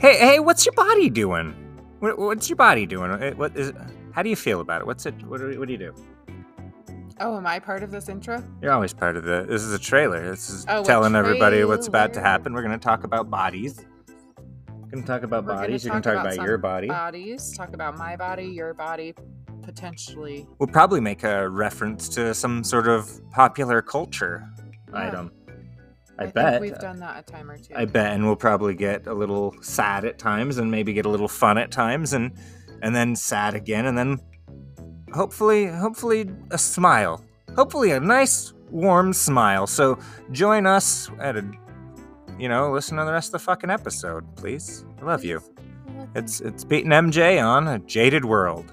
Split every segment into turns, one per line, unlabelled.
Hey, hey, what's your body doing? What, what's your body doing? Eh, What is? How do you feel about it? What's it? What do, what do you do?
Oh, am I part of this intro?
You're always part of the. This is a trailer. This is
Oh, a
telling everybody what's about to
trailer.
happen. We're gonna talk about bodies. We're gonna talk about
We're gonna
bodies. You're gonna
talk
talk
about
about,
some
your body.
Bodies. Talk about my body, your body, potentially.
We'll probably make a reference to some sort of popular culture
Yeah.
item. I,
think
bet.
we've done that a time or two.
I bet, and we'll probably get a little sad at times, and maybe get a little fun at times, and and then sad again, and then hopefully, hopefully a smile, hopefully a nice warm smile. So join us at a, you know, listen to the rest of the fucking episode, please. I love you. It's it's beating MJ on a jaded world.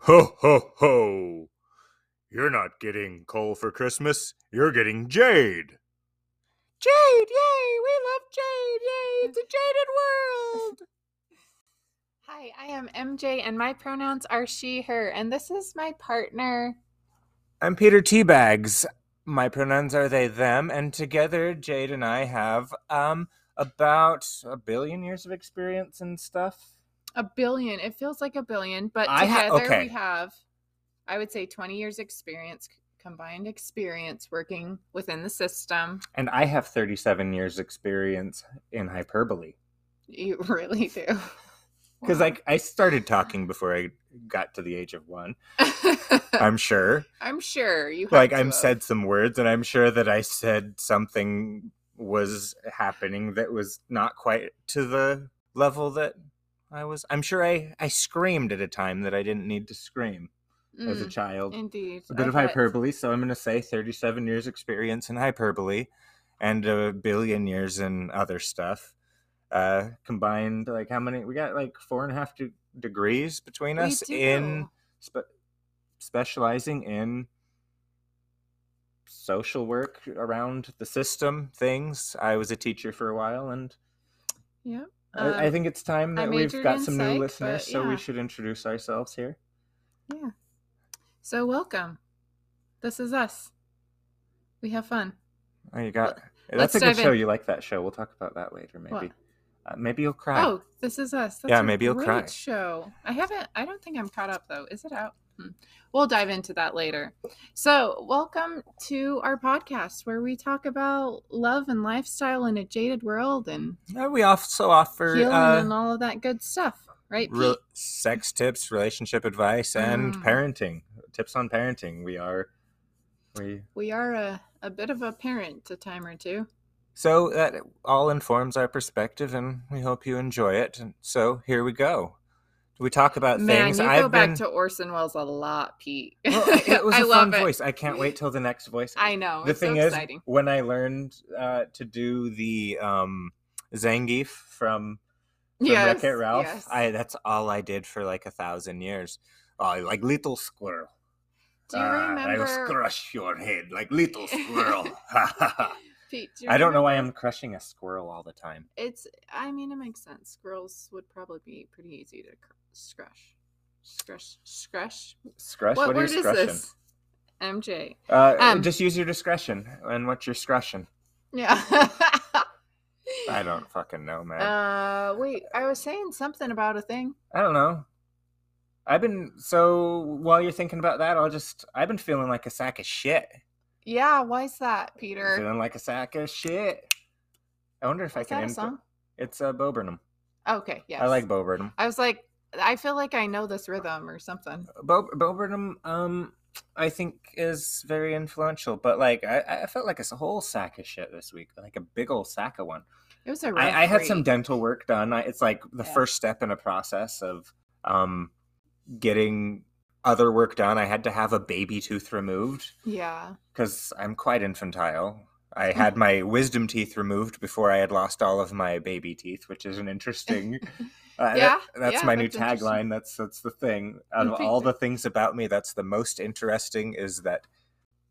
Ho ho ho! You're not getting coal for Christmas. You're getting jade. Jade, yay! We love jade. Yay! It's a jaded world.
Hi, I am MJ, and my pronouns are she, her, and this is my partner.
I'm Peter Teabags. My pronouns are they, them, and together Jade and I have um about a billion years of experience and stuff.
A billion. It feels like a billion, but
I ha-
together
okay.
we have, I would say, 20 years experience, combined experience working within the system.
And I have 37 years experience in hyperbole.
You really do.
Because
Wow.
like I started talking before I got to the age of one. I'm sure.
I'm sure you have
Like
to
I'm
have.
said some words, and I'm sure that I said something was happening that was not quite to the level that I was. I'm sure I I screamed at a time that I didn't need to scream as a
Mm,
child.
Indeed.
a bit
I
of
thought-
hyperbole, so I'm going to say 37 years experience in hyperbole and a billion years in other stuff. Uh, combined, like how many? We got like four and a half de- degrees between
We
us in
do.
spe- specializing in social work around the system things. I was a teacher for a while, and
Yeah.
I, I
Um,
think it's time
I
that we've
majored
got
in
some
psych,
new
but
listeners, so
yeah.
we should introduce ourselves here.
So welcome. This is us. We have fun.
Oh, you got.
let's
That's a good
dive
show.
in.
You like that show? We'll talk about that later, maybe.
What?
Uh, maybe you'll cry.
Oh, this is us. That's
Yeah,
a
maybe you'll
great
cry.
Show. I haven't. I don't think I'm caught up though. Is it out? Hmm. We'll dive into that later. So, welcome to our podcast where we talk about love and lifestyle in a jaded world and
Uh, we also offer
healing
uh,
and all of that good stuff, right? Pete?
re- sex tips, relationship advice, and
Mm.
parenting tips on parenting. We are we
we are a, a bit of a parent a time or two.
so that all informs our perspective, and we hope you enjoy it. And so here we go. We talk about
Man,
things.
you
I've
go
been.
back to Orson Welles a lot, Pete.
Well, it was a
I
fun
love it.
voice. I can't wait till the next voice.
I know.
the
it's so
thing is,
exciting.
when I learned uh, to do the um, Zangief from from Wreck-It Ralph.
yes.
I that's all I did for like a thousand years. Oh, like little squirrel.
do you
Ah,
remember?
I'll crush your head like little squirrel. Ha, ha, ha.
Pete, do you
I don't know why
remember?
I'm crushing a squirrel all the time.
It's. I mean, it makes sense. Squirrels would probably be pretty easy to cr- scrush, scrush, scrush.
Scrush? What,
what
are
word
you
is
scrushing?
this? MJ.
Uh,
Um,
just use your discretion and what you're scrushing.
Yeah.
I don't fucking know, man.
Uh, wait. I was saying something about a thing.
I don't know. I've been so while you're thinking about that, I'll just I've been feeling like a sack of shit.
Yeah. Why's that, Peter?
Feeling like a sack of shit. I wonder if I
Is
can
that a
input-
song?
It's uh, Bo Burnham.
Okay. Yes.
I like Bo Burnham.
I was like, I feel like I know this rhythm or something.
Bo, Bo Burnham, um, I think is very influential, but like I, I felt like a whole sack of shit this week, like a big old sack of one.
It was a rough
I, I had some
read.
dental work done. I, it's like the
Yeah.
first step in a process of um, getting other work done. I had to have a baby tooth removed
Yeah.
because I'm quite infantile.
Hmm.
I had my wisdom teeth removed before I had lost all of my baby teeth, which is an interesting. uh, that-
Yeah,
that's
yeah,
my new
that's interesting.
tagline. That's that's the thing. Out of
Interesting.
all the things about me, that's the most interesting is that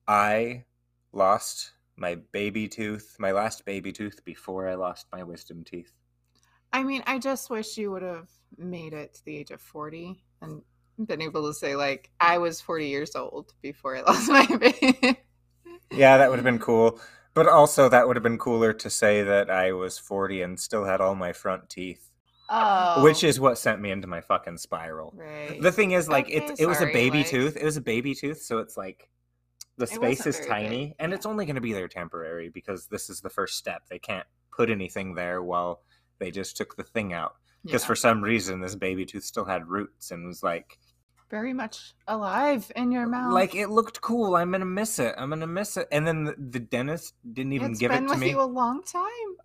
I lost my baby tooth, my last baby tooth, before I lost my wisdom teeth.
I mean, I just wish you would have made it to the age of 40 and been able to say, like, I was 40 years old before I lost my baby.
Yeah, that would have been cool. But also, that would have been cooler to say that I was 40 and still had all my front teeth,
Oh,
which is what sent me into my fucking spiral.
right.
The thing is, like, it,
Okay,
it was a
sorry,
baby
like-
tooth. It was a baby tooth, so it's like the
It
space
wasn't
is
very
tiny,
big,
and
yeah.
it's only going to be there temporary because this is the first step. They can't put anything there while they just took the thing out. Because
Yeah.
for some reason, this baby tooth still had roots and was like,
very much alive in your mouth.
like it looked cool. I'm gonna miss it. I'm gonna miss it. And then the, the dentist didn't even
It's
give
been
it to
with
me.
you a long time.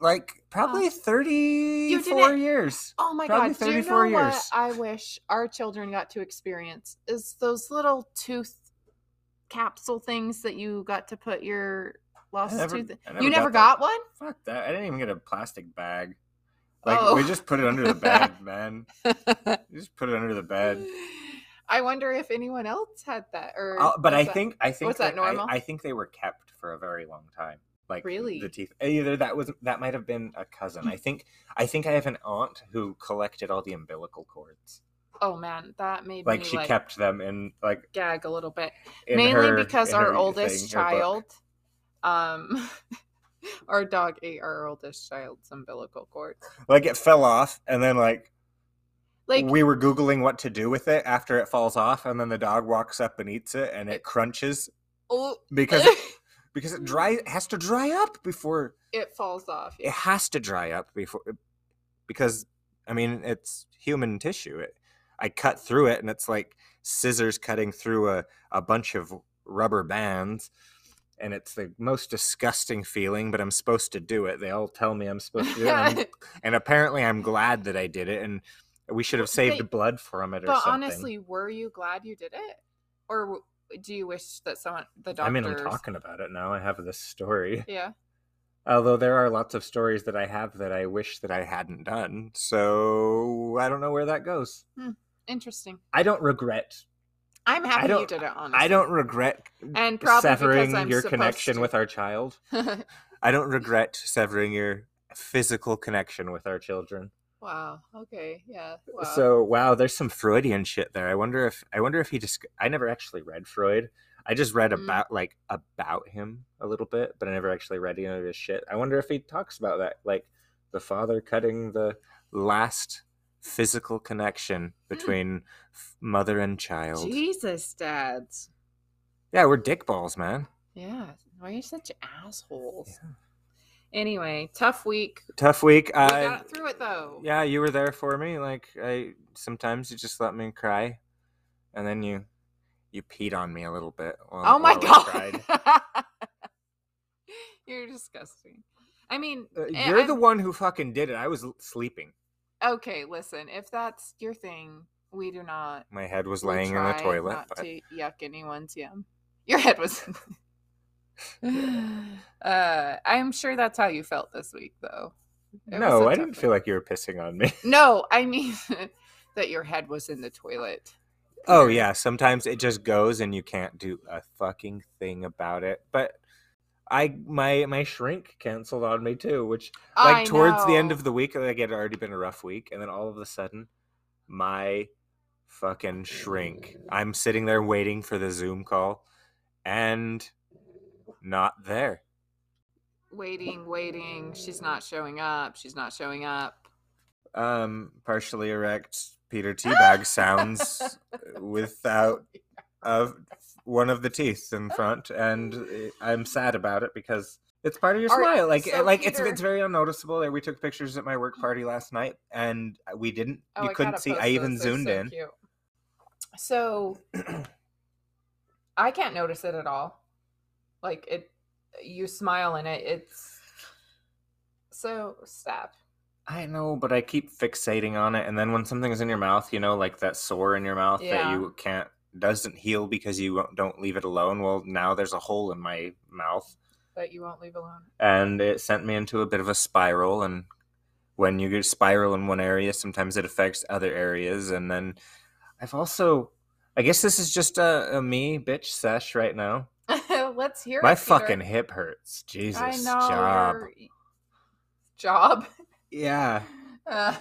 like probably
Oh. did
34
it-
years.
Oh my
Probably
god! Do you know
34 years.
what I wish our children got to experience is those little tooth capsule things that you got to put your lost
never-
tooth.
I never
you never
got
got one.
Fuck that. I didn't even get a plastic bag. Like we
Oh.
just put it under the bed, man. We just put it under the
Mm,
bed.
I wonder if anyone else had that. Or
Uh, but
was
I
that-
think I think
was that
that I-
normal?
I, think they were kept for a very long time. Like
Really? Mm.
the teeth. Either that was that might have been a cousin. I think I think I have an aunt who collected all the umbilical cords.
Oh man, that made
Like
me
she
like
kept them in like
gag a little bit.
in
mainly
her-
because
in
our
her
oldest
thing, her book.
child um our dog ate our oldest child's umbilical cord
like it fell off and then like
like
we were googling what to do with it after it falls off and then the dog walks up and eats it and it crunches
oh
because it, because it dry it has to dry up before
it falls off
it has to dry up before eh, because i mean it's human tissue it, i cut through it and it's like scissors cutting through a, a bunch of rubber bands and it's the most disgusting feeling but i'm supposed to do it they all tell me i'm supposed to do it and, I'm- and apparently i'm glad that i did it and we should have
Well, they-
saved blood from it or
but
something
honestly were you glad you did it or w- do you wish that someone the doctor
i mean i'm talking about it now i have this story
yeah
Although there are lots of stories that I have that I wish that I hadn't done. So I don't know where that goes.
interesting
I don't regret.
i'm happy you
don't-
did it honestly
I don't regret
and probably
severing
because I'm
your
supposed
connection
to.
with our child. I don't regret severing your physical connection with our children.
wow okay yeah wow.
So wow, there's some Freudian shit there. I wonder if I wonder if he just I never actually read Freud. I just read
Mm.
about like about him a little bit, but I never actually read any of his shit. I wonder if he talks about that like the father cutting the last physical connection
Mm.
between f- mother and child.
jesus dads
Yeah, we're dick balls, man.
Yeah. Why are you such assholes? Anyway, tough week.
Tough week.
We
I
got through it though.
yeah, you were there for me. Like I sometimes you just let me cry, and then you you peed on me a little bit. While,
Oh my
while I cried.
god. You're disgusting. I mean,
Uh,
eh,
you're the
I'm-
one who fucking did it. I was l- sleeping.
okay. Listen, if that's your thing, we do not.
My head was
we
laying in the
try
toilet.
Not
but-
to yuck anyone's yum. Your head was. uh, I'm sure that's how you felt this week, though. It was
no,
a
I
tough
didn't feel
week.
like you were pissing on me.
No, I mean that your head was in the toilet.
oh yeah, sometimes it just goes and you can't do a fucking thing about it. But I my my shrink canceled on me too, which like
I
towards the end
know.
of the week, like it had already been a rough week, and then all of a sudden, my fucking shrink. I'm sitting there waiting for the Zoom call, and not there.
waiting, waiting. She's not showing up. She's not showing up.
um partially erect peter teabag sounds without of one of the teeth in front and it- i'm sad about it because it's part of your
All right,
smile like
so
like it's
Peter- Mm-hmm.
it's very unnoticeable we took pictures at my work party last night and we didn't
Oh,
you
I
couldn't
gotta
see
post
i even
those. They're
zoomed
so
in
cute. So I can't notice it at all. Like it, you smile and it. It's so stop.
i know but i keep fixating on it and then when something's in your mouth you know like that sore in your mouth
Yeah.
that you can't doesn't heal because you won't- don't leave it alone well now there's a hole in my mouth
That you won't leave alone.
and it sent me into a bit of a spiral and when you get spiral in one area sometimes it affects other areas and then i've also i guess this is just a, a me bitch sesh right now
Let's hear
my
it. Peter.
fucking hip hurts jesus
I know
job
your job.
yeah
Uh,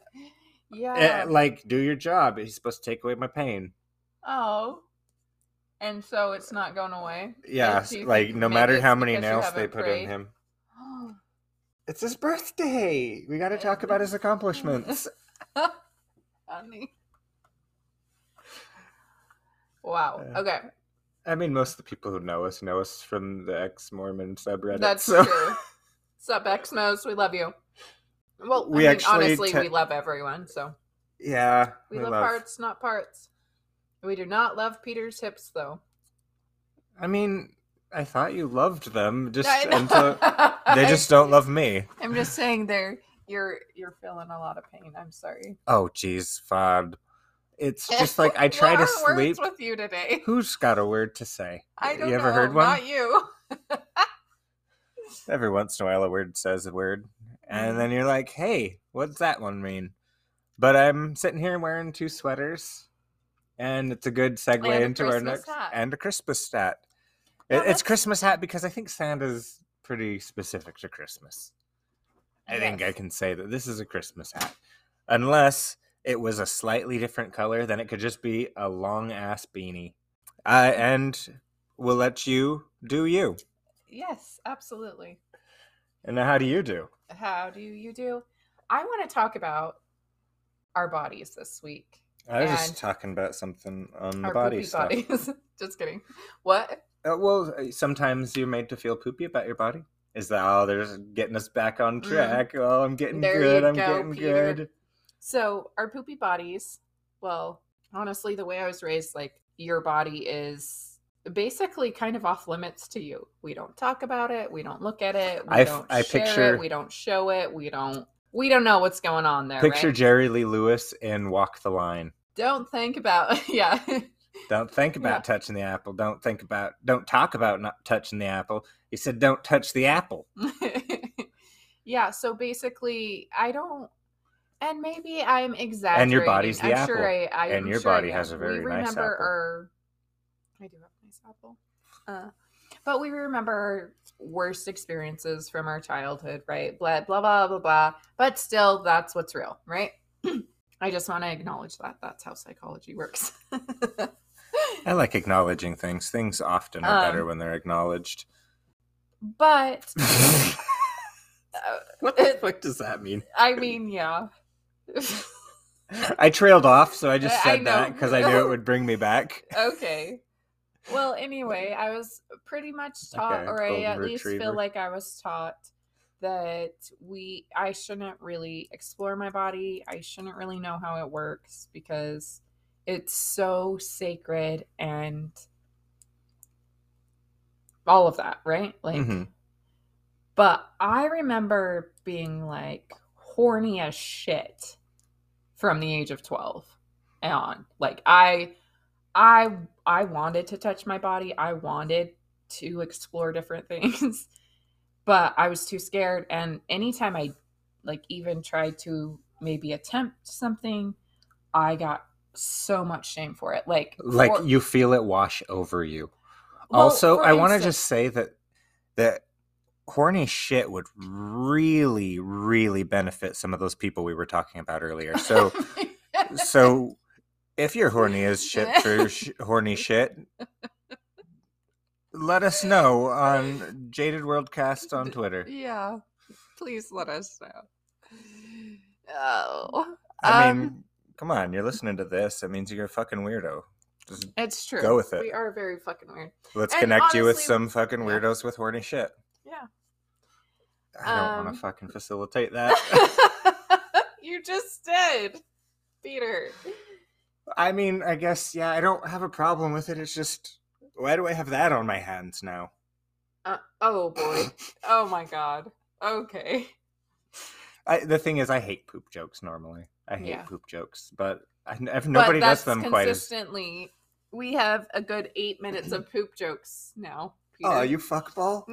yeah.
Eh, like do your job he's supposed to take away my pain
oh. and so it's not going away.
Yeah,
But do you
like
think
no
maybe
matter
it's
how many
because you
nails they
haven't
put
prayed?
in him. It's his birthday. We got to talk about his accomplishments.
Funny. Wow.
Yeah.
Okay,
I mean, most of the people who know us know us from the ex Mormon subreddit.
that's
so.
true. Sup, Exmos? We love you. Well,
We
I mean,
actually
honestly,
te-
we love everyone. So
Yeah,
we, love, hearts, not parts. We do not love Peter's hips, though.
I mean, I thought you loved them, just
I know.
until they just don't love me.
I'm just saying, they're you're you're feeling a lot of pain. I'm sorry.
Oh, jeez, fod. It's just like I try to
What are
sleep.
Words with you today.
Who's got a word to say?
I don't
you ever
know,
heard one?
Not you.
Every once in a while, a word says a word, and
Mhm.
then you're like, "Hey, what's that one mean?" But I'm sitting here wearing two sweaters, and it's a good segue
And a
into our
Oh, Christmas
next
hat.
and a Christmas hat.
Yeah,
It- it's
that's-
Christmas hat because I think Santa's pretty specific to Christmas. I think I
Yes.
can say that this is a Christmas hat, unless it was a slightly different color, then it could just be a long ass beanie. Uh, and we'll let you do you.
Yes, absolutely.
And now, how do you do?
How do you do? I want to talk about our bodies this week.
I was just
And-
talking about something on the
our
body
poopy
stuff.
bodies. just kidding. What?
Uh, well, uh, sometimes you're made to feel poopy about your body. Is that oh, there's getting us back on
Mm.
track? Oh, I'm getting
There
good.
you
I'm
go,
getting
Peter.
good.
So our poopy bodies. Well, honestly, the way I was raised, like your body is basically kind of off limits to you. We don't talk about it. We don't look at it. We
I f-
don't
I
share
picture-
it. We don't show it. We don't. We don't know what's going on there.
Picture
right?
Jerry Lee Lewis in Walk the Line.
don't think about. Yeah.
Don't think about
Yeah.
touching the apple. Don't think about. Don't talk about not touching the apple. He said, "Don't touch the apple."
yeah. So basically, I don't. And maybe I'm exaggerating.
your body's the
I'm Sure I, I
and
am
your
sure I
body
am.
has a very
we
nice
remember
apple.
Our, I do have a nice apple. Uh, but we remember our worst experiences from our childhood, right? Blah, blah, blah, blah, blah. But still, that's what's real, right? I just want to acknowledge that. That's how psychology works.
I like acknowledging things. Things often are better
Um,
when they're acknowledged.
but
what the fuck does that mean?
I mean, yeah.
I trailed off, so I just
I- I
said that
know.
because I knew it would bring me back.
okay. Well, anyway, I was pretty much taught,
Okay,
or I
golden
at least
retriever.
feel like I was taught that we I shouldn't really explore my body. I shouldn't really know how it works because it's so sacred and all of that, right? Like
Mhm.
but I remember being like horny as shit from the age of 12 and on. Like I I I wanted to touch my body. I wanted to explore different things. But I was too scared and anytime I like even tried to maybe attempt something, I got so much shame for it. Like
Like
for-
you feel it wash over you.
well,
also,
for
I want to
instance-
just say that that horny shit would really, really benefit some of those people we were talking about earlier. So, so if you're horny as shit for sh- horny shit. Let us know on Jaded Worldcast on Twitter.
Yeah. Please let us know. Oh.
I
Um,
mean, come on, you're listening to this. It means you're a fucking weirdo. Just
It's true.
Go with it.
We are very fucking weird.
let's
And
connect you with
honestly-
some fucking
yeah.
weirdos with horny shit.
Yeah.
I don't want
Um,
to fucking facilitate that.
you just did. Peter.
I mean, I guess yeah, I don't have a problem with it. It's just why do I have that on my hands now?
Uh, oh boy. Oh my god. Okay.
I, the thing is, I hate poop jokes normally. I hate
Yeah.
poop jokes, but I, if nobody
but that's
does them quite as.
consistently. We have a good eight minutes of poop jokes now. Peter.
Oh, you fuckball!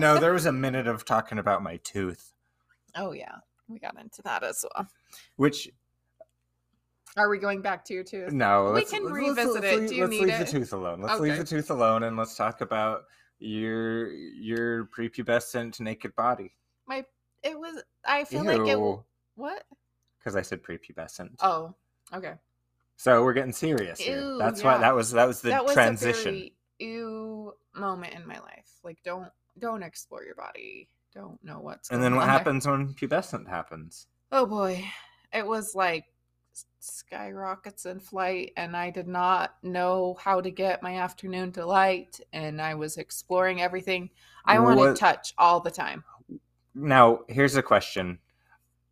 no, there was a minute of talking about my tooth,
oh yeah. We got into that as well.
which
Are we going back to your tooth?
No,
We
let's-
can
let's-
revisit
let's,
it.
leave-
Do you
let's
need
leave the
it?
tooth alone. Let's leave
Okay.
the tooth alone, and let's talk about your your prepubescent naked body.
It was. I feel like it. What?
because I said prepubescent.
Oh, okay.
So we're getting serious here.
Ew,
That's
yeah.
why that was that was the
that was
transition.
a very ew moment in my life. Like don't don't explore your body. Don't know what's
and
going
then what
on there.
happens when pubescent happens?
Oh boy. It was like s- skyrockets in flight and I did not know how to get my afternoon delight and I was exploring everything. I wanted
What-
to touch all the time.
Now, here's a question.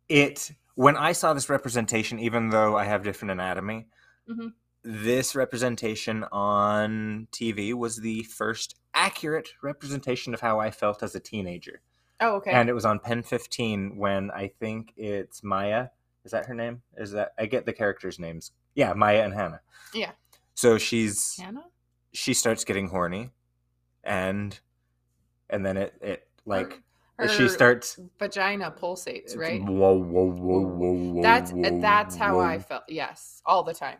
It when I saw this representation, even though I have different anatomy,
Mhm.
this representation on TV was the first accurate representation of how I felt as a teenager.
Oh okay.
And it was on Pen 15 when I think it's Maya. Is that her name? Is that I get the characters' names. Yeah, Maya and Hannah.
Yeah.
So she's
Hannah?
she starts getting horny and and then it it like
Her
she starts
vagina pulsates,
it's
right?
Whoa, whoa, whoa, whoa, whoa.
That's uh,
whoa,
that's how I
whoa. Mm.
felt. Yes, all the time.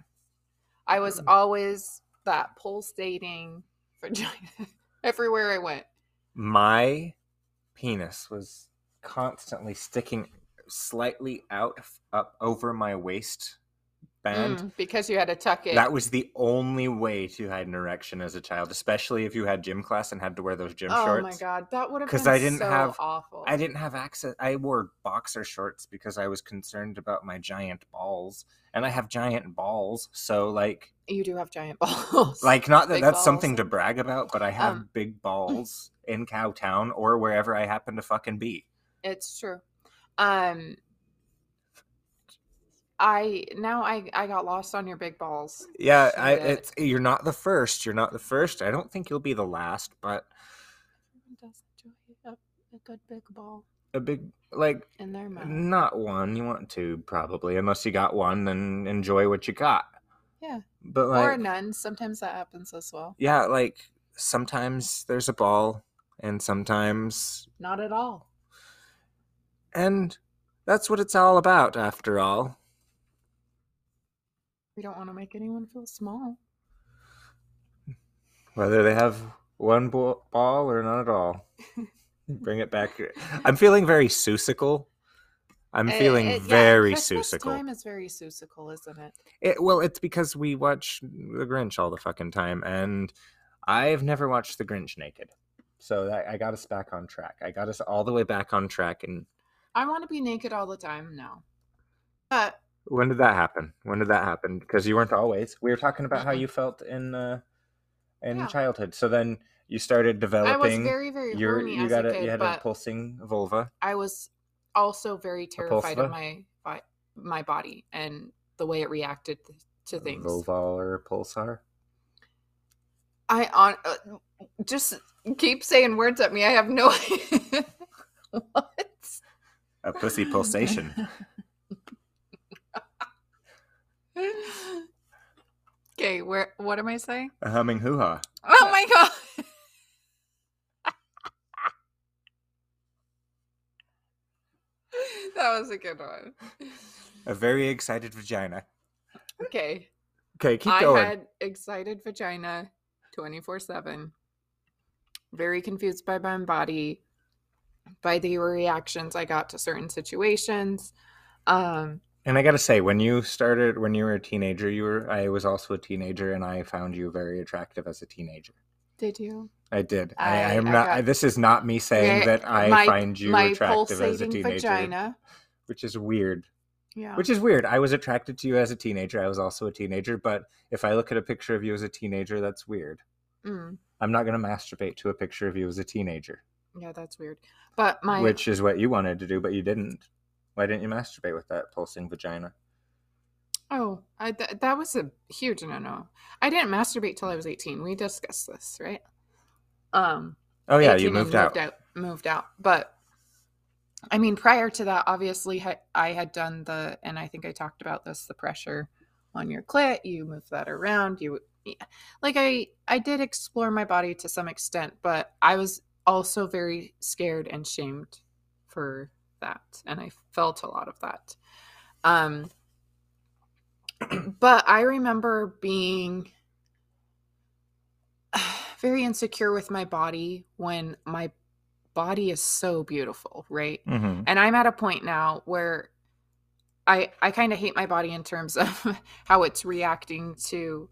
I was always that pulsating vagina everywhere I went.
my penis was constantly sticking slightly out f- up over my waist band.
Mm, because you had to tuck it.
That was the only way to hide an erection as a child, especially if you had gym class and had to wear those gym
oh
shorts.
my god, that would have
'Cause
been
I didn't
so
have-
awful.
I didn't have access. I wore boxer shorts because I was concerned about my giant balls, and I have giant balls. So, like,
You do have giant balls.
like not that
Big
that's
balls.
something to brag about, but I have
Um.
big balls in Cowtown or wherever I happen to fucking be.
It's true. Um I now I I got lost on your big balls.
Yeah,
Shit.
I, it's you're not the first. You're not the first. I don't think you'll be the last, but
Everyone does enjoy a, a good big ball
a big like
in their mouth.
not one. You want two probably, unless you got one, then enjoy what you got.
Yeah.
but
or
like
none. Sometimes that happens as well.
yeah, like sometimes there's a ball, and sometimes
Not at all.
and that's what it's all about after all.
We don't want to make anyone feel small.
whether they have one ball, ball or none at all. Bring it back. here. I'm feeling very susical. I'm
It-
feeling
it- Eh, yeah,
very
Christmas
susical.
time is very susical, isn't it?
It, well, it's because we watch The Grinch all the fucking time, and I've never watched The Grinch naked. So that, I got us back on track. I got us all the way back on track. And
I want to be naked all the time now. But
when did that happen? When did that happen? Because you weren't always. We were talking about how
Mm-mm.
you felt in uh, in
Uh-huh. Yeah.
childhood. So then you started
I was
developing.
very, very
your-
horny
you
as
got
a
a,
kid,
you had a
but
pulsing vulva.
I was also very terrified
vulva?
of my bi- my body and the way it reacted to things.
Volval or Pulsar.
I on uh, just keep saying words at me. I have no idea. what.
A pussy pulsation.
okay, where what am I saying?
A humming hoo ha.
Oh my god. that was a good one.
A very excited vagina.
Okay.
Okay, keep
I
going.
had excited vagina 24/7. Very confused by my body, by the reactions I got to certain situations. Um
And I gotta say, when you started, when you were a teenager, you were. I was also a teenager, and I found you very attractive as a teenager.
did you?
I did. I,
I-
I am
I
not.
got-
I, this is not me saying
Yeah,
that I
my-
find you
my
attractive as a
pulsating
teenager,
vagina.
which is weird.
Yeah.
Which is weird. I was attracted to you as a teenager. I was also a teenager, but if I look at a picture of you as a teenager, that's weird.
Mm.
I'm not gonna masturbate to a picture of you as a teenager.
Yeah, that's weird. But my
which is what you wanted to do, but you didn't. Why didn't you masturbate with that pulsing vagina?
oh, I, th- that was a huge no no. I didn't masturbate till I was eighteen. We discussed this, right? Um.
Oh yeah, you
18 and
moved out.
Moved out. But I mean, prior to that, obviously, ha- I had done the, and I think I talked about this, the pressure on your clit. You move that around. You yeah. like I I did explore my body to some extent, but I was also very scared and shamed for that, and I felt a lot of that. Um, but I remember being very insecure with my body when my body is so beautiful, right?
Mm-hmm.
And I'm at a point now where I I kind of hate my body in terms of how it's reacting to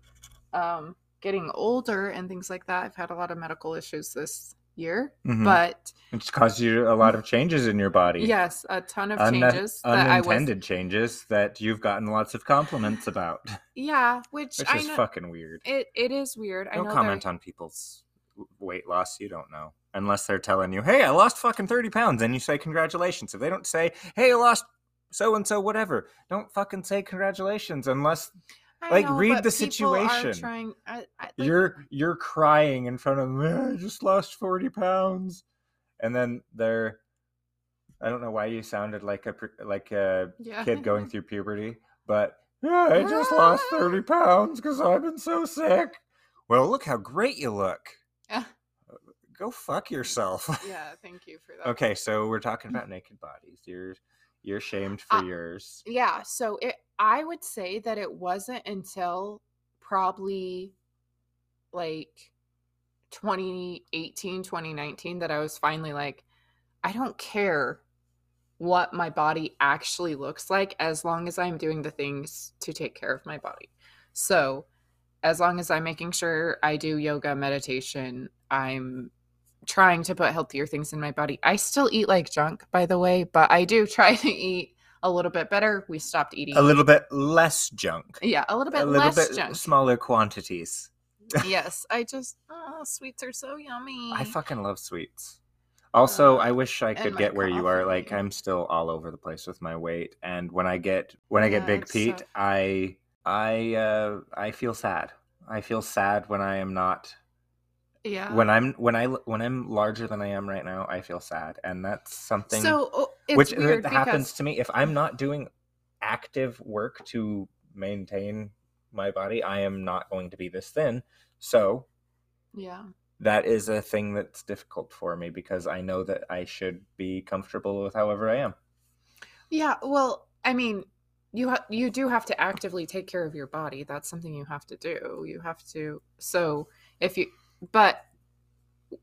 um, getting older and things like that. I've had a lot of medical issues this year,
Mhm.
but
It's caused you a lot of changes in your body.
yes, a ton of
Unne-
changes that I was
unintended changes that you've gotten lots of compliments about,
yeah, which,
which
I
is
know
fucking weird.
it it is weird. I
Don't
know
comment on people's w- weight loss. You don't know. Unless they're telling you, hey, I lost fucking 30 pounds. And you say, congratulations. If they don't say, hey, I lost so and so, whatever, don't fucking say congratulations unless
I
like,
know,
read
but
the
people are
situation.
Trying, I, I, like,
you're you're crying in front of them "Eh, i just lost 40 pounds and then they're i don't know why you sounded like a pr- like a
yeah.
kid going through puberty but yeah i just lost 30 pounds because i've been so sick well look how great you look
Yeah.
go fuck yourself
Uh. yeah, thank you for that.
okay so we're talking about naked bodies you're you're shamed for
Uh,
yours
yeah so it i would say that it wasn't until probably like 2018 2019 that i was finally like i don't care what my body actually looks like as long as i'm doing the things to take care of my body so as long as i'm making sure i do yoga meditation i'm trying to put healthier things in my body i still eat like junk by the way but i do try to eat a little bit better we stopped eating
a little bit less junk
yeah a little bit
a little
less
bit
junk
smaller quantities
yes i just oh sweets are so yummy
I fucking love sweets. Also,
Uh,
I wish I
Mm. and
could
my
get where you are. Like
coffee.
I'm still all over the place with my weight, and when I get when I
Yeah,
get Big
it's so-
Pete, I I uh, I feel sad. I feel sad when I am not
yeah
when I'm when I when I'm larger than I am right now. I feel sad, and that's something
so oh, it's
which
weird
that happens
because
to me if I'm not doing active work to maintain my body. I am not going to be this thin. So
yeah
that is a thing that's difficult for me because I know that I should be comfortable with however I am.
yeah well i mean you ha- you do have to actively take care of your body that's something you have to do you have to so if you but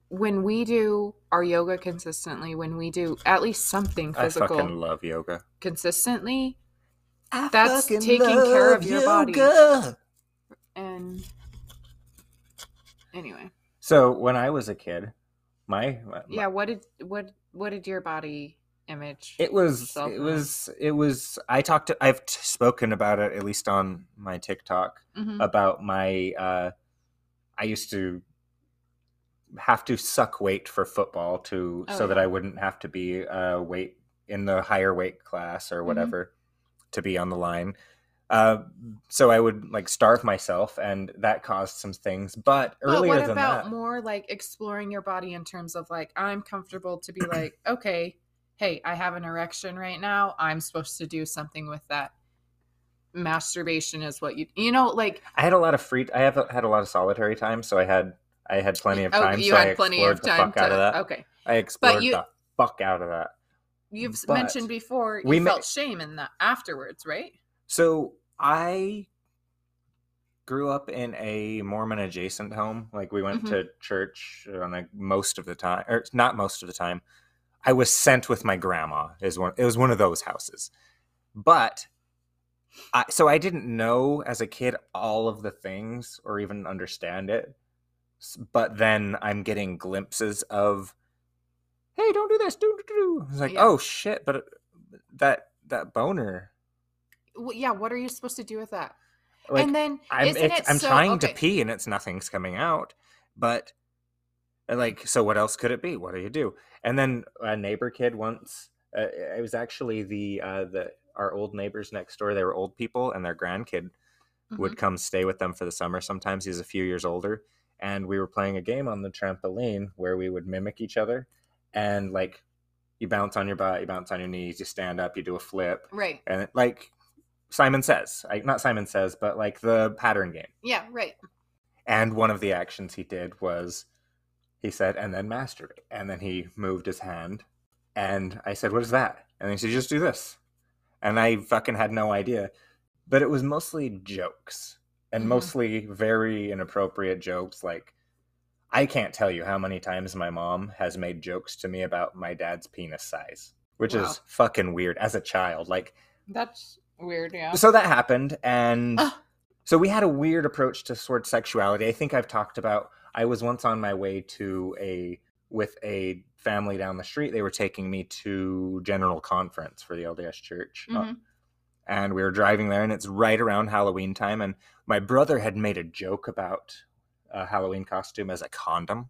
when we do our yoga consistently when we do at least something
I
physical
fucking love yoga.
consistently That's fucking taking care of love your body. and anyway
So when I was a kid, my, my
yeah what did what what did your body image
it was
Self
it was it was I talked to, I've t- spoken about it at least on my TikTok
Mhm.
about my uh I used to have to suck weight for football to
Oh,
so that
yeah.
I wouldn't have to be uh weight in the higher weight class or
Mhm.
whatever to be on the line. Uh, so I would like starve myself and that caused some things. But
but
earlier
what
than
about
that
more like exploring your body in terms of like i'm comfortable to be like okay hey i have an erection right now i'm supposed to do something with that masturbation is what you you know like
I had a lot of free I have had a lot of solitary time, so I had I had plenty of
oh,
time.
you
so I
had plenty of
explored
time
the fuck out
to
of that.
okay
I explored
you-
the fuck out of that.
you've s-
But
mentioned before you
we ma-
felt shame in that afterwards right
So I grew up in a Mormon adjacent home. Like we went
Mhm.
to church on a, most of the time, or not most of the time. I was sent with my grandma. Is one. It was one of those houses, but. I, so I didn't know as a kid all of the things or even understand it, S- but then I'm getting glimpses of, hey, don't do this, do do do. It's like,
Yeah.
oh shit, but uh, that that boner,
Well, yeah what are you supposed to do with that
like
and then
I'm,
isn't
it's,
it
I'm
so-
trying to
okay.
pee and it's nothing's coming out, but uh, like, so what else could it be? What do you do? And then a neighbor kid once, uh, it was actually the uh, the our old neighbors next door. They were old people, and their grandkid would
Mm-hmm.
come stay with them for the summer. Sometimes he's a few years older, and we were playing a game on the trampoline where we would mimic each other, and like, you bounce on your butt, you bounce on your knees, you stand up, you do a flip,
Mhm. right
and it, like Simon says, I, not Simon says, but like the pattern game.
yeah right
And one of the actions he did was he said, and then masturbate. And then he moved his hand. And I said, what is that? And he said, just do this. And I fucking had no idea. But it was mostly jokes and
Mhm.
mostly very inappropriate jokes. Like, I can't tell you how many times my mom has made jokes to me about my dad's penis size, which
Wow.
is fucking weird as a child. Like,
That's weird. Yeah.
So that happened, and
Ah.
so we had a weird approach to sword sexuality. I think I've talked about. I was once on my way to a with a family down the street. They were taking me to general conference for the LDS Church, uh,
Mhm.
and we were driving there, and it's right around Halloween time. And my brother had made a joke about a Halloween costume as a condom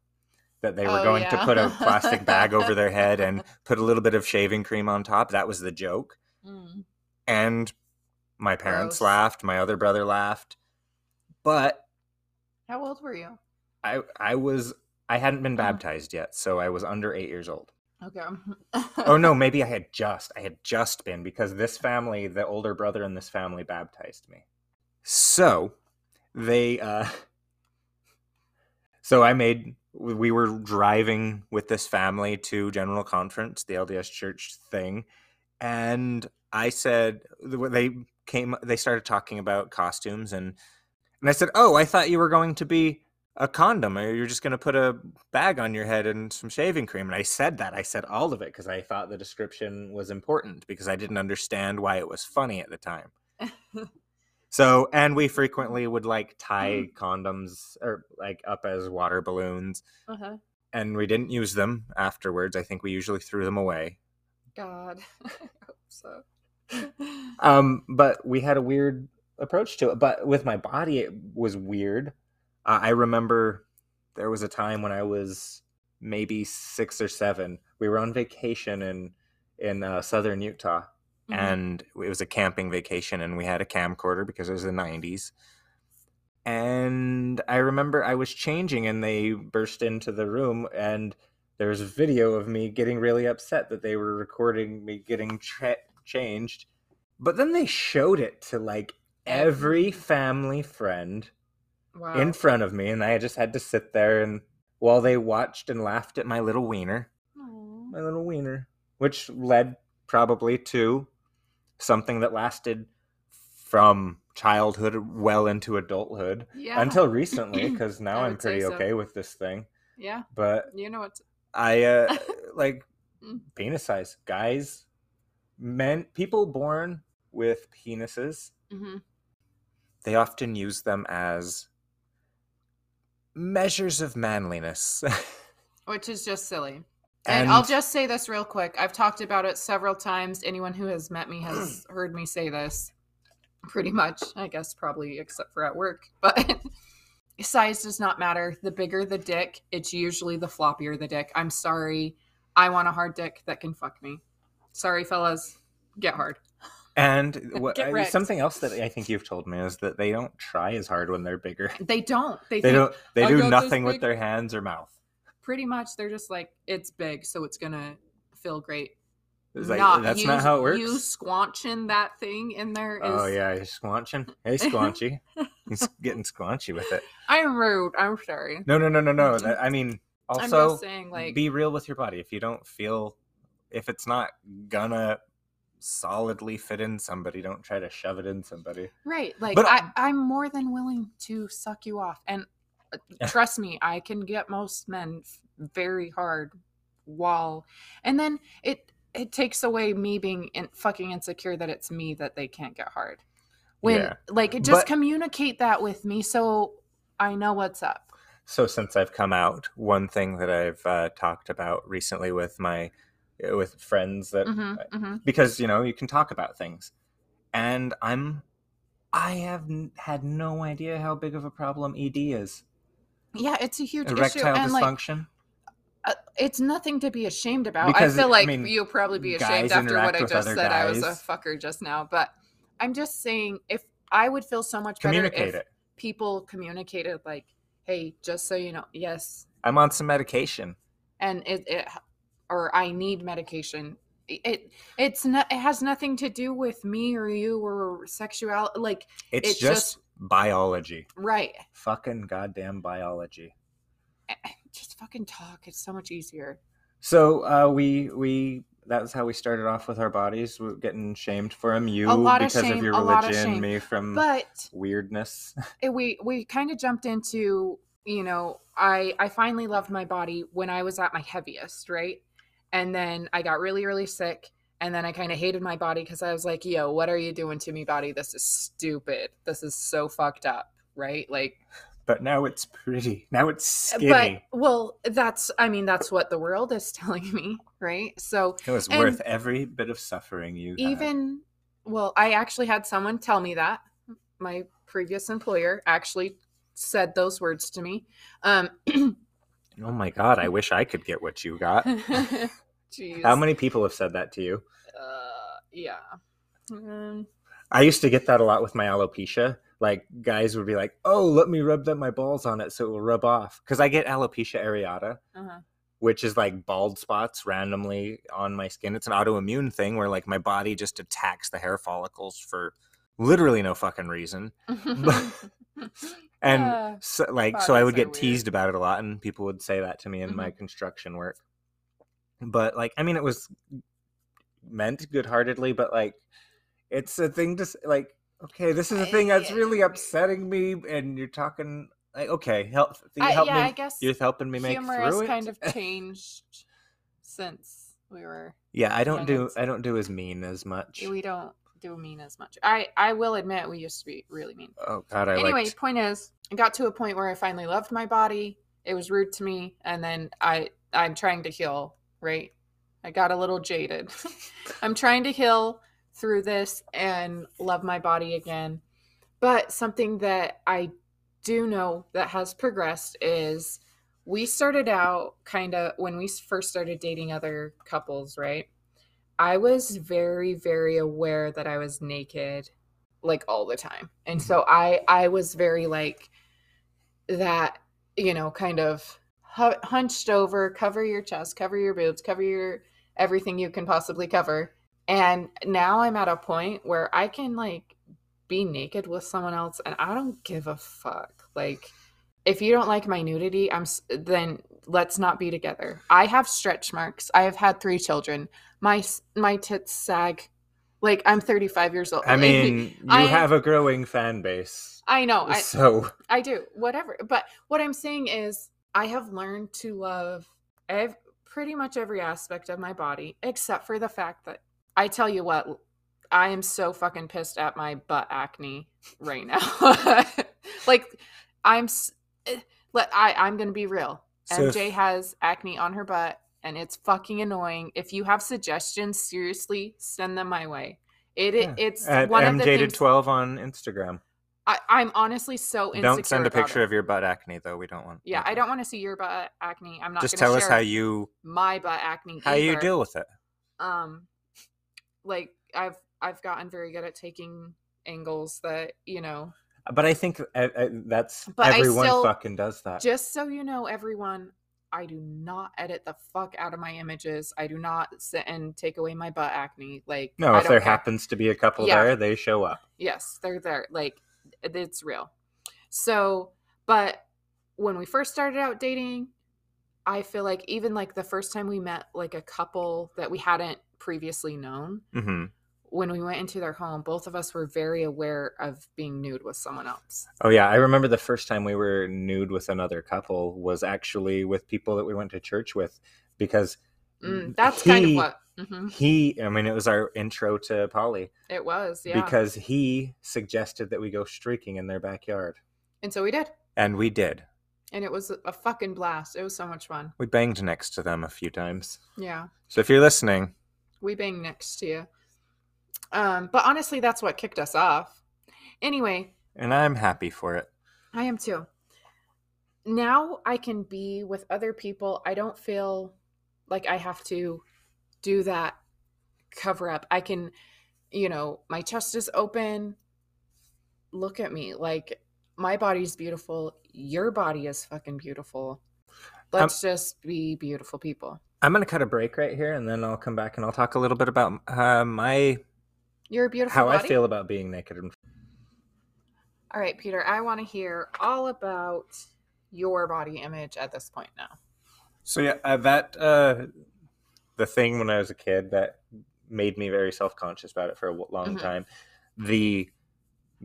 that they were
Oh,
going to
yeah.
put a plastic bag over their head and put a little bit of shaving cream on top. That was the joke
Mm.
and my parents
Gross.
laughed my other brother laughed but
How old were you?
i i was i hadn't been
Mhm.
baptized yet so i was under eight years old
Okay.
oh no maybe i had just i had just been because this family the older brother in this family baptized me so they uh so i made we we were driving with this family to general conference the lds church thing and i said they came they started talking about costumes and and i said oh i thought you were going to be a condom or you're just going to put a bag on your head and some shaving cream and i said that i said all of it because i thought the description was important because i didn't understand why it was funny at the time so and we frequently would like tie condoms or like up as water balloons
uh-huh.
and we didn't use them afterwards i think we usually threw them away
God. I hope so.
um but we had a weird approach to it but with my body it was weird uh, i remember there was a time when i was maybe six or seven we were on vacation in in uh, southern utah
Mm-hmm.
and it was a camping vacation and we had a camcorder because it was the 90s and i remember i was changing and they burst into the room and there was a video of me getting really upset that they were recording me getting tra- changed but then they showed it to like every family friend
wow.
in front of me and i just had to sit there and while they watched and laughed at my little wiener
Aw.
my little wiener, which led probably to something that lasted from childhood well into adulthood
yeah.
until recently because now
I
I'm
would say
pretty
so.
okay with this thing.
yeah.
But
You know what's
I uh, like
Mm.
penis size, guys, men, people born with penises,
hmm
they often use them as measures of manliness.
which is just silly. And, I'll just say this real quick. I've talked about it several times. Anyone who has met me has heard me say this pretty much, I guess, probably except for at work. But size does not matter. The bigger the dick, it's usually the floppier the dick. I'm sorry. I want a hard dick that can fuck me. Sorry, fellas. Get hard.
And what,
Get
I-
wrecked.
something else that I think you've told me is that they don't try as hard when they're bigger.
They don't. They,
They
think
don't. They
I got
do
this
nothing with
big-
their hands or mouth.
pretty much they're just like, it's big, so it's going to feel great.
It's like,
Nah,
that's
you-
not how it works.
You squanching that thing in there is
oh yeah, you're squanching. Hey, squanchy. He's getting squanchy with it.
I'm rude. I'm sorry.
No, no, no, no, no. That- I mean,
I'm
also
just saying, like,
be real with your body. If you don't feel, if it's not gonna solidly fit in somebody, don't try to shove it in somebody.
right, like,
But-
I, I'm more than willing to suck you off, and uh, trust me, I can get most men f- very hard. While, and then it it takes away me being in, fucking insecure that it's me that they can't get hard. When
Yeah.
like just
But-
communicate that with me so I know what's up.
So since I've come out, one thing that I've uh, talked about recently with my uh, with friends that
hmm hmm
because you know you can talk about things, and I'm I have n- had no idea how big of a problem ED is
Yeah, it's a huge issue,
erectile
and like
dysfunction.
uh, it's nothing to be ashamed about.
Because,
I feel
I
like
mean,
you'll probably be
guys
ashamed after
interact
what I
with
just
other
said. I was a
guys.
fucker just now, but I'm just saying if I would feel so much better
Communicate
if
it.
people communicated like, "Hey, just so you know, yes,"
I'm on some medication.
and it, it or I need medication. It- It it's not it has nothing to do with me or you or sexuality. Like
It's,
It's
just, biology.
right,
Fucking goddamn biology.
just fucking talk. It's so much easier.
So uh, we we that's how we started off with our bodies. We're getting shamed for them. You
lot of
because of,
shame,
your
a lot of
religion.
shame.
Me from
But
weirdness.
it- we we kind of jumped into you know i i finally loved my body when i was at my heaviest right and then i got really really sick And then I kind of hated my body because I was like, yo, what are you doing to me, body? This is stupid. This is so fucked up, right? Like,
But now it's pretty. Now it's skinny.
Uh, but well, that's, I mean, that's what the world is telling me, right? So
it was
and-
worth every bit of suffering you had.
even well i actually had someone tell me that my previous employer actually said those words to me um
Oh my god! I wish I could get what you got.
jeez
How many people have said that to you?
uh, yeah um,
I used to get that a lot with my alopecia. Like guys would be like, "Oh, let me rub that my balls on it so it will rub off." Because I get alopecia areata,
uh-huh.
which is like bald spots randomly on my skin. It's an autoimmune thing where like my body just attacks the hair follicles for literally no fucking reason. And
Uh,
so, like, so I
bodies
would
are
get
weird. Mm-hmm.
teased about it a lot, and people would say that to me in my construction work. But like, I mean, it was meant good-heartedly, but like, it's a thing to s- like. Okay, this is a thing that's
I-
really upsetting me, and you're talking like, okay, help, you
I-
help
yeah i
me.
guess
You're helping me make
humor has
through it.
kind of changed since we were
yeah, I don't do
youngins.
I don't do as mean as much.
we don't do mean as much i i will admit we used to be really mean
Oh God, I
anyway,
liked
point is, I got to a point where I finally loved my body. It was rude to me, and then I I'm trying to heal. Right, I got a little jaded. I'm trying to heal through this and love my body again. But something that I do know that has progressed is we started out kind of when we first started dating other couples, right? I was very very aware that I was naked like all the time. And
Mm-hmm.
so I I was very like that, you know, kind of hu- hunched over, cover your chest, cover your boobs, cover your everything you can possibly cover. And now I'm at a point where I can like be naked with someone else and I don't give a fuck. Like if you don't like my nudity, I'm s- then let's not be together. I have stretch marks. I have had three children. My s- my tits sag. Like I'm 35 years old.
I
Like,
mean, you
I-
have a growing fan base,
I know. I,
so
I do. Whatever. But what I'm saying is, I have learned to love ev- pretty much every aspect of my body, except for the fact that I tell you what, I am so fucking pissed at my butt acne right now. like, I'm. s- eh, Let I I'm gonna be real.
so if-
MJ has acne on her butt, and it's fucking annoying. If you have suggestions, seriously, send them my way. It,
Yeah.
it's
at
one of
MJ
the
did
things.
12 on Instagram.
I, I'm honestly so insecure.
Don't send a
about
picture
it.
of your butt acne though. We don't want.
Yeah,
we
I don't want to see your butt acne. I'm not.
Just
gonna
tell us
share
how you
my butt acne.
how you
either.
deal with it.
Um, like I've I've gotten very good at taking angles that you know.
But I think I, I, that's
But I
everyone
still-
fucking does that.
Just so you know, everyone, I do not edit the fuck out of my images. I do not sit and take away my butt acne. Like
no,
I
if there
don't care.
happens to be a couple
Yeah.
there, they show up.
Yes, they're there. Like it- it's real. So, but when we first started out dating, I feel like even like the first time we met like a couple that we hadn't previously known,
hmm
when we went into their home, both of us were very aware of being nude with someone else. Mm,
Oh yeah, I remember the first time we were nude with another couple was actually with people that we went to church with because
Mm, that's kind of
He-
what mhm,
he. I mean, it was our intro to Polly
it was. Yeah.
because he suggested that we go streaking in their backyard,
and so we did.
and we did.
And it was a fucking blast. It was so much fun.
We banged next to them a few times.
Yeah.
So if you're listening,
we bang next to you. Um, but honestly, that's what kicked us off. Anyway,
and I'm happy for it.
I am too. Now I can be with other people. I don't feel like I have to do that cover up. I can, you know, my chest is open. Look at me. Like, my body's beautiful. Your body is fucking beautiful.
Um,
Let's just be beautiful people.
I'm going to cut a break right here, and then I'll come back and I'll talk a little bit about uh, my
You're a beautiful
how
body.
I feel about being naked. And
All right, Peter, I want to hear all about your body image at this point now.
so yeah, uh, that uh, the thing when I was a kid that made me very self conscious about it for a w- long
Mhm.
time. The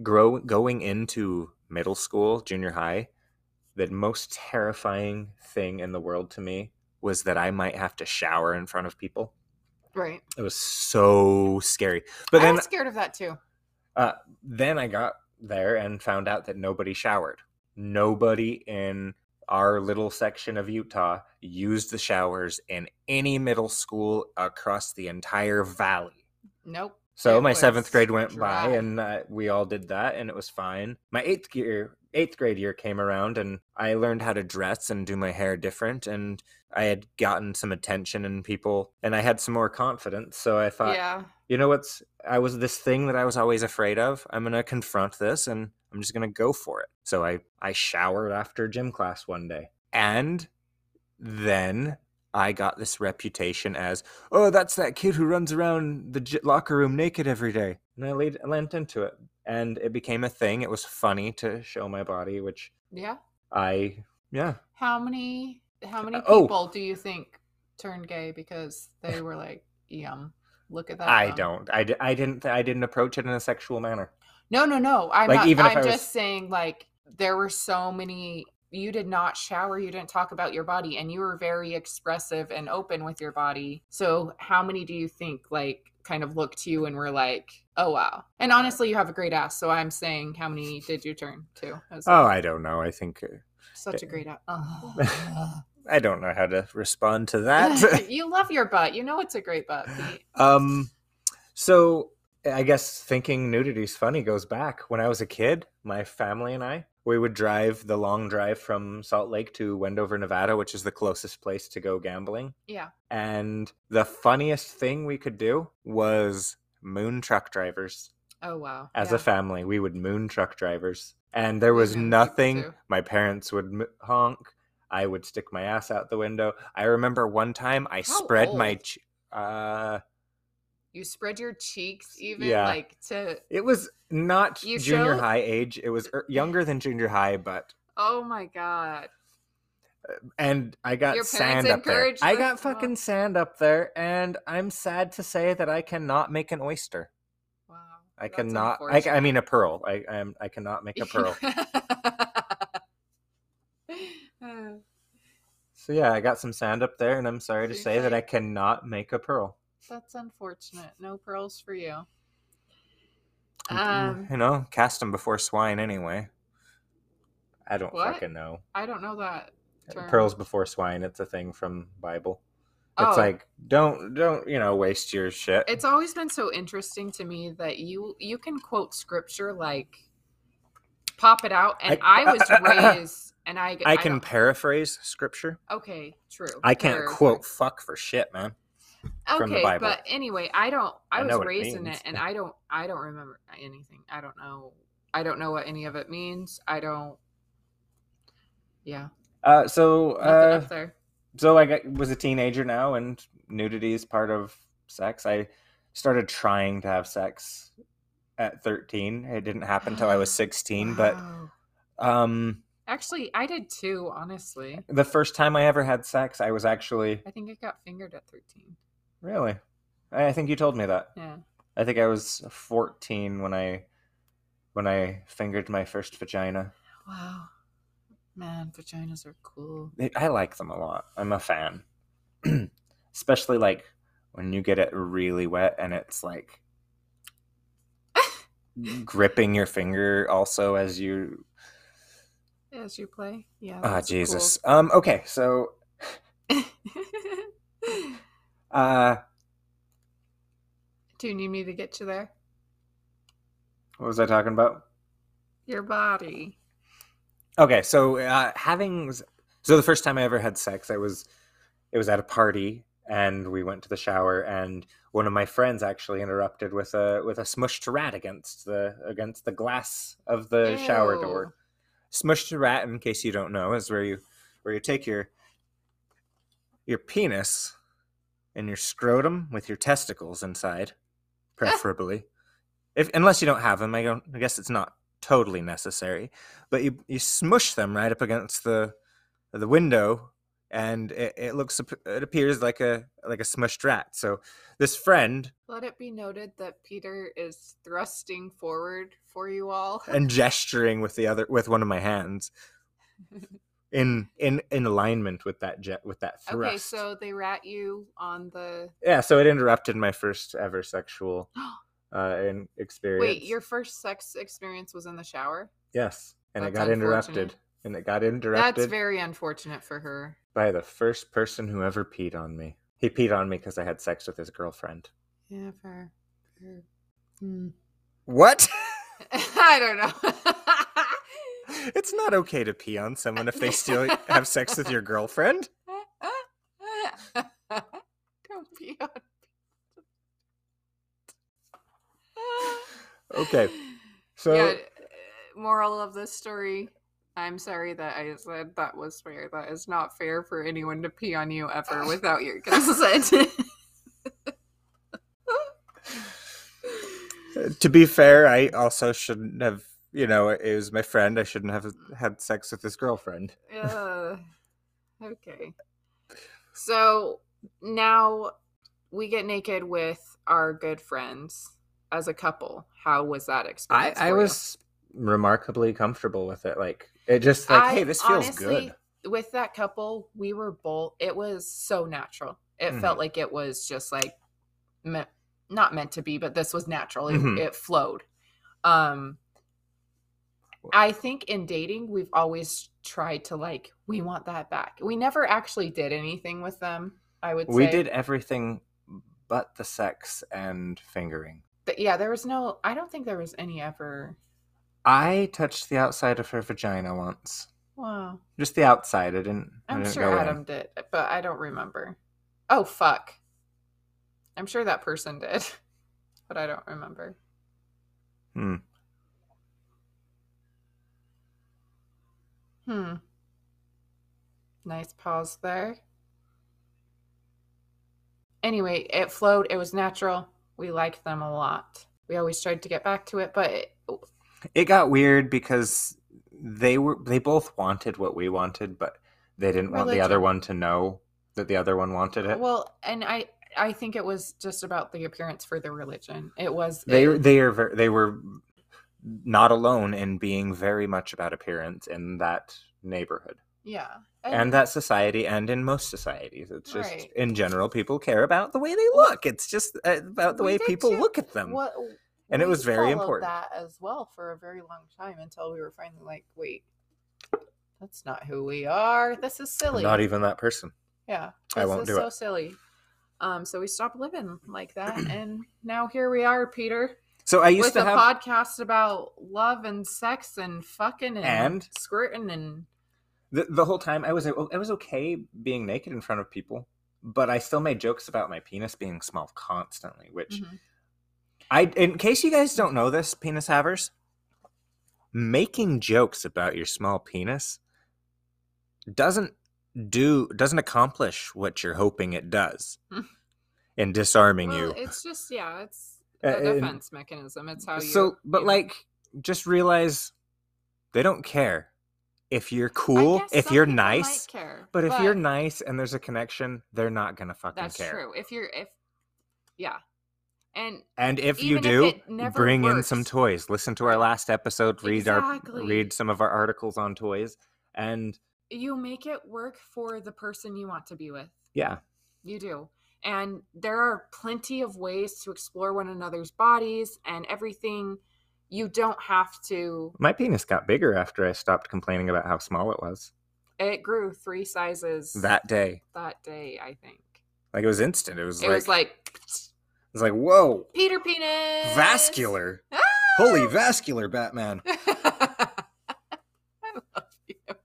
grow going into middle school, junior high, the most terrifying thing in the world to me was that I might have to shower in front of people.
Right.
It was so scary. But
I
then
was scared of that too.
then I got there and found out that nobody showered. Nobody in our little section of Utah used the showers in any middle school across the entire valley.
Nope.
So
It
my
was
seventh grade went by,
dry.
and uh, we all did that, and it was fine. My eighth year, eighth grade year came around, and I learned how to dress and do my hair different, and I had gotten some attention and people, and I had some more confidence. So I thought,
yeah.
you know what's i was this thing that i was always afraid of i'm gonna confront this and i'm just gonna go for it so i i showered after gym class one day and then i got this reputation as oh that's that kid who runs around the gy- locker room naked every day and i laid, lent into it and it became a thing it was funny to show my body which
Yeah.
i yeah
How many how many
Uh, oh.
people do you think turned gay because they were like, yum, look at that.
i
bum."
don't I, di- I didn't i didn't approach it in a sexual manner
No, no, no. I'm
Like,
not,
even if
I'm
I was-
just saying like there were so many you did not shower, you didn't talk about your body and you were very expressive and open with your body. So how many do you think like kind of looked to you and were like, "Oh wow." And honestly, you have a great ass. So I'm saying how many did you turn to? I was
oh i don't know i think
such a great ass.
i don't know how to respond to that
you love your butt. You know it's a great butt. Pete.
Um, so I guess thinking nudity's funny goes back. When I was a kid, my family and I, we would drive the long drive from Salt Lake to Wendover, Nevada, which is the closest place to go gambling.
Yeah.
And the funniest thing we could do was moon truck drivers.
Oh wow.
As
Yeah.
a family, we would moon truck drivers. And there was
know people
nothing.
do.
My parents would m- honk. I would stick my ass out the window. I remember one time I
How
spread my.
old?
Ch- uh,
you spread your cheeks even
Yeah.
like to
It was not
You
junior
showed-
high age. It was er- younger than junior high, but
Oh my god.
and I got
Your parents
sand up there.
encouraged
I
this?
got
Wow.
fucking sand up there, and I'm sad to say that I cannot make an oyster.
Wow.
I
that's
cannot. I, ca- I
unfortunate.
mean, a pearl. I I am. I cannot make a pearl.
Uh,
so yeah, I got some sand up there, and I'm sorry to
So you're
say that
saying-
I cannot make a pearl.
that's unfortunate. No pearls for you.
Mm,
Um,
you know, cast them before swine. Anyway, I don't
What?
fucking know.
I don't know that. term.
Pearls before swine. It's a thing from Bible.
Oh.
It's like don't don't you know waste your shit.
It's always been so interesting to me that you you can quote scripture like pop it out and
I- uh,
I, was raised and I
I can
don't-
paraphrase scripture.
Okay, true.
I can't
Fair.
quote fuck for shit, man. from the
okay,
Bible.
but anyway, I don't. I,
I know
was
what it
raised in
means.
it, and I don't. I don't remember anything. I don't know. I don't know what any of it means. I don't. Yeah,
Uh, so,
nothing
uh,
up there.
so I got, was a teenager now, and nudity is part of sex. I started trying to have sex at thirteen. It didn't happen until I was sixteen.
Wow.
But um,
actually, I did too. Honestly,
the first time I ever had sex, I was actually
I think I got fingered at thirteen.
really. I I think you told me that.
Yeah.
I think I was fourteen when I when I fingered my first vagina.
Wow. Man, vaginas are cool.
They- I like them a lot. I'm a fan. Especially like when you get it really wet and it's like gripping your finger also as you
As you play, yeah.
Ah
Oh, that's cool.
Jesus. Um okay, so uh
Do you need me to get you there?
what was I talking about?
Your body.
Okay, so uh having so the first time I ever had sex, I was it was at a party and we went to the shower and one of my friends actually interrupted with a with a smushed rat against the against the glass of the shower door.
Ew.
smushed rat in case you don't know is where you where you take your your penis and your scrotum with your testicles inside
Ah.
preferably if unless you don't have them i don't i guess it's not totally necessary but you you smush them right up against the the window and it, it looks it appears like a like a smushed rat so this friend
Let it be noted that Peter is thrusting forward for you all.
and gesturing with the other with one of my hands in in in alignment with that jet with that thrust.
Okay, so they rat you on the
yeah, so it interrupted my first ever sexual uh in experience.
Wait, your first sex experience was in the shower?
yes, and it
That's
got interrupted, and it got
That's
interrupted
very unfortunate for her.
by the first person who ever peed on me. He peed on me because I had sex with his girlfriend.
Yeah, for, for hmm.
What?
I don't know.
it's not okay to pee on someone if they still have sex with your girlfriend.
don't pee on
Okay, So
yeah, moral of this story. I'm sorry that I said that was fair. That is not fair for anyone to pee on you ever without your consent.
Uh, to be fair, I also shouldn't have. You know, it was my friend. I shouldn't have had sex with his girlfriend.
Ugh. Uh, okay. So now we get naked with our good friends as a couple. How was that
I,
experience?
I
for you?
was remarkably comfortable with it. Like it just like,
I
hey, this feels
honestly-
good.
with that couple. We were both. It was so natural. It
Mhm.
felt like it was just like me- not meant to be, but this was natural. It,
Mhm.
it flowed. Um, I think in dating, we've always tried to like we want that back. We never actually did anything with them. I would.
We
say.
did everything but the sex and fingering.
But yeah, there was no. I don't think there was any ever.
I touched the outside of her vagina once.
Wow,
Just the outside. I didn't. I
I'm
didn't
sure
go
Adam did, but I don't remember. Oh fuck, I'm sure that person did, but I don't remember.
In. Hmm.
Hmm. Nice pause there. Anyway, it flowed. It was natural. We liked them a lot. We always tried to get back to it, but it,
It got weird because they were they both wanted what we wanted, but they didn't want the other
Religion.
one to know that the other one wanted it.
well, and I I think it was just about the appearance for the religion. It was
they
it-
they are ver- they were not alone in being very much about appearance in that neighborhood
yeah,
and that society and in most societies it's just
Right.
in general people care about the way they look it's just uh, about the
We
way
did
people
too.
look at them
What,
and it
we
was very
followed
important.
That as well for a very long time until we were finally like, wait, that's not who we are. This is
I'm
silly.
not even that person
yeah,
I
this
won't
is
do
so
it.
silly. Um, so we stopped living like that, and now here we are, Peter,
so i used
with
to
a
have
podcast about love and sex and fucking and,
And?
squirting and
the, the whole time i was o- i was okay being naked in front of people but i still made jokes about my penis being small constantly which
Mhm.
I, in case you guys don't know this, penis havers, making jokes about your small penis doesn't do doesn't accomplish what you're hoping it does in disarming
well,
you.
it's just yeah, it's
Uh,
a
and-
defense mechanism. It's how you
so, but
you know.
like, just realize they don't care if you're cool,
guess
if
some
you're
people might
nice.
care,
But if you're nice and there's a connection, they're not gonna fucking
That's
care.
true. If you're if yeah, and
And if you
Even if
do,
it never
bring in some
works.
toys. Listen to our
Right.
last episode. Read our
Exactly.
read some of our articles on toys. And
you make it work for the person you want to be with.
yeah,
You do. And there are plenty of ways to explore one another's bodies and everything. You don't have to.
my penis got bigger after I stopped complaining about how small it was
It grew three sizes
that day.
that day, I think.
Like it was instant. It was
It
like
was like
it was like whoa,
Peter Penis.
vascular,
Ah!
holy vascular, Batman.
I love you.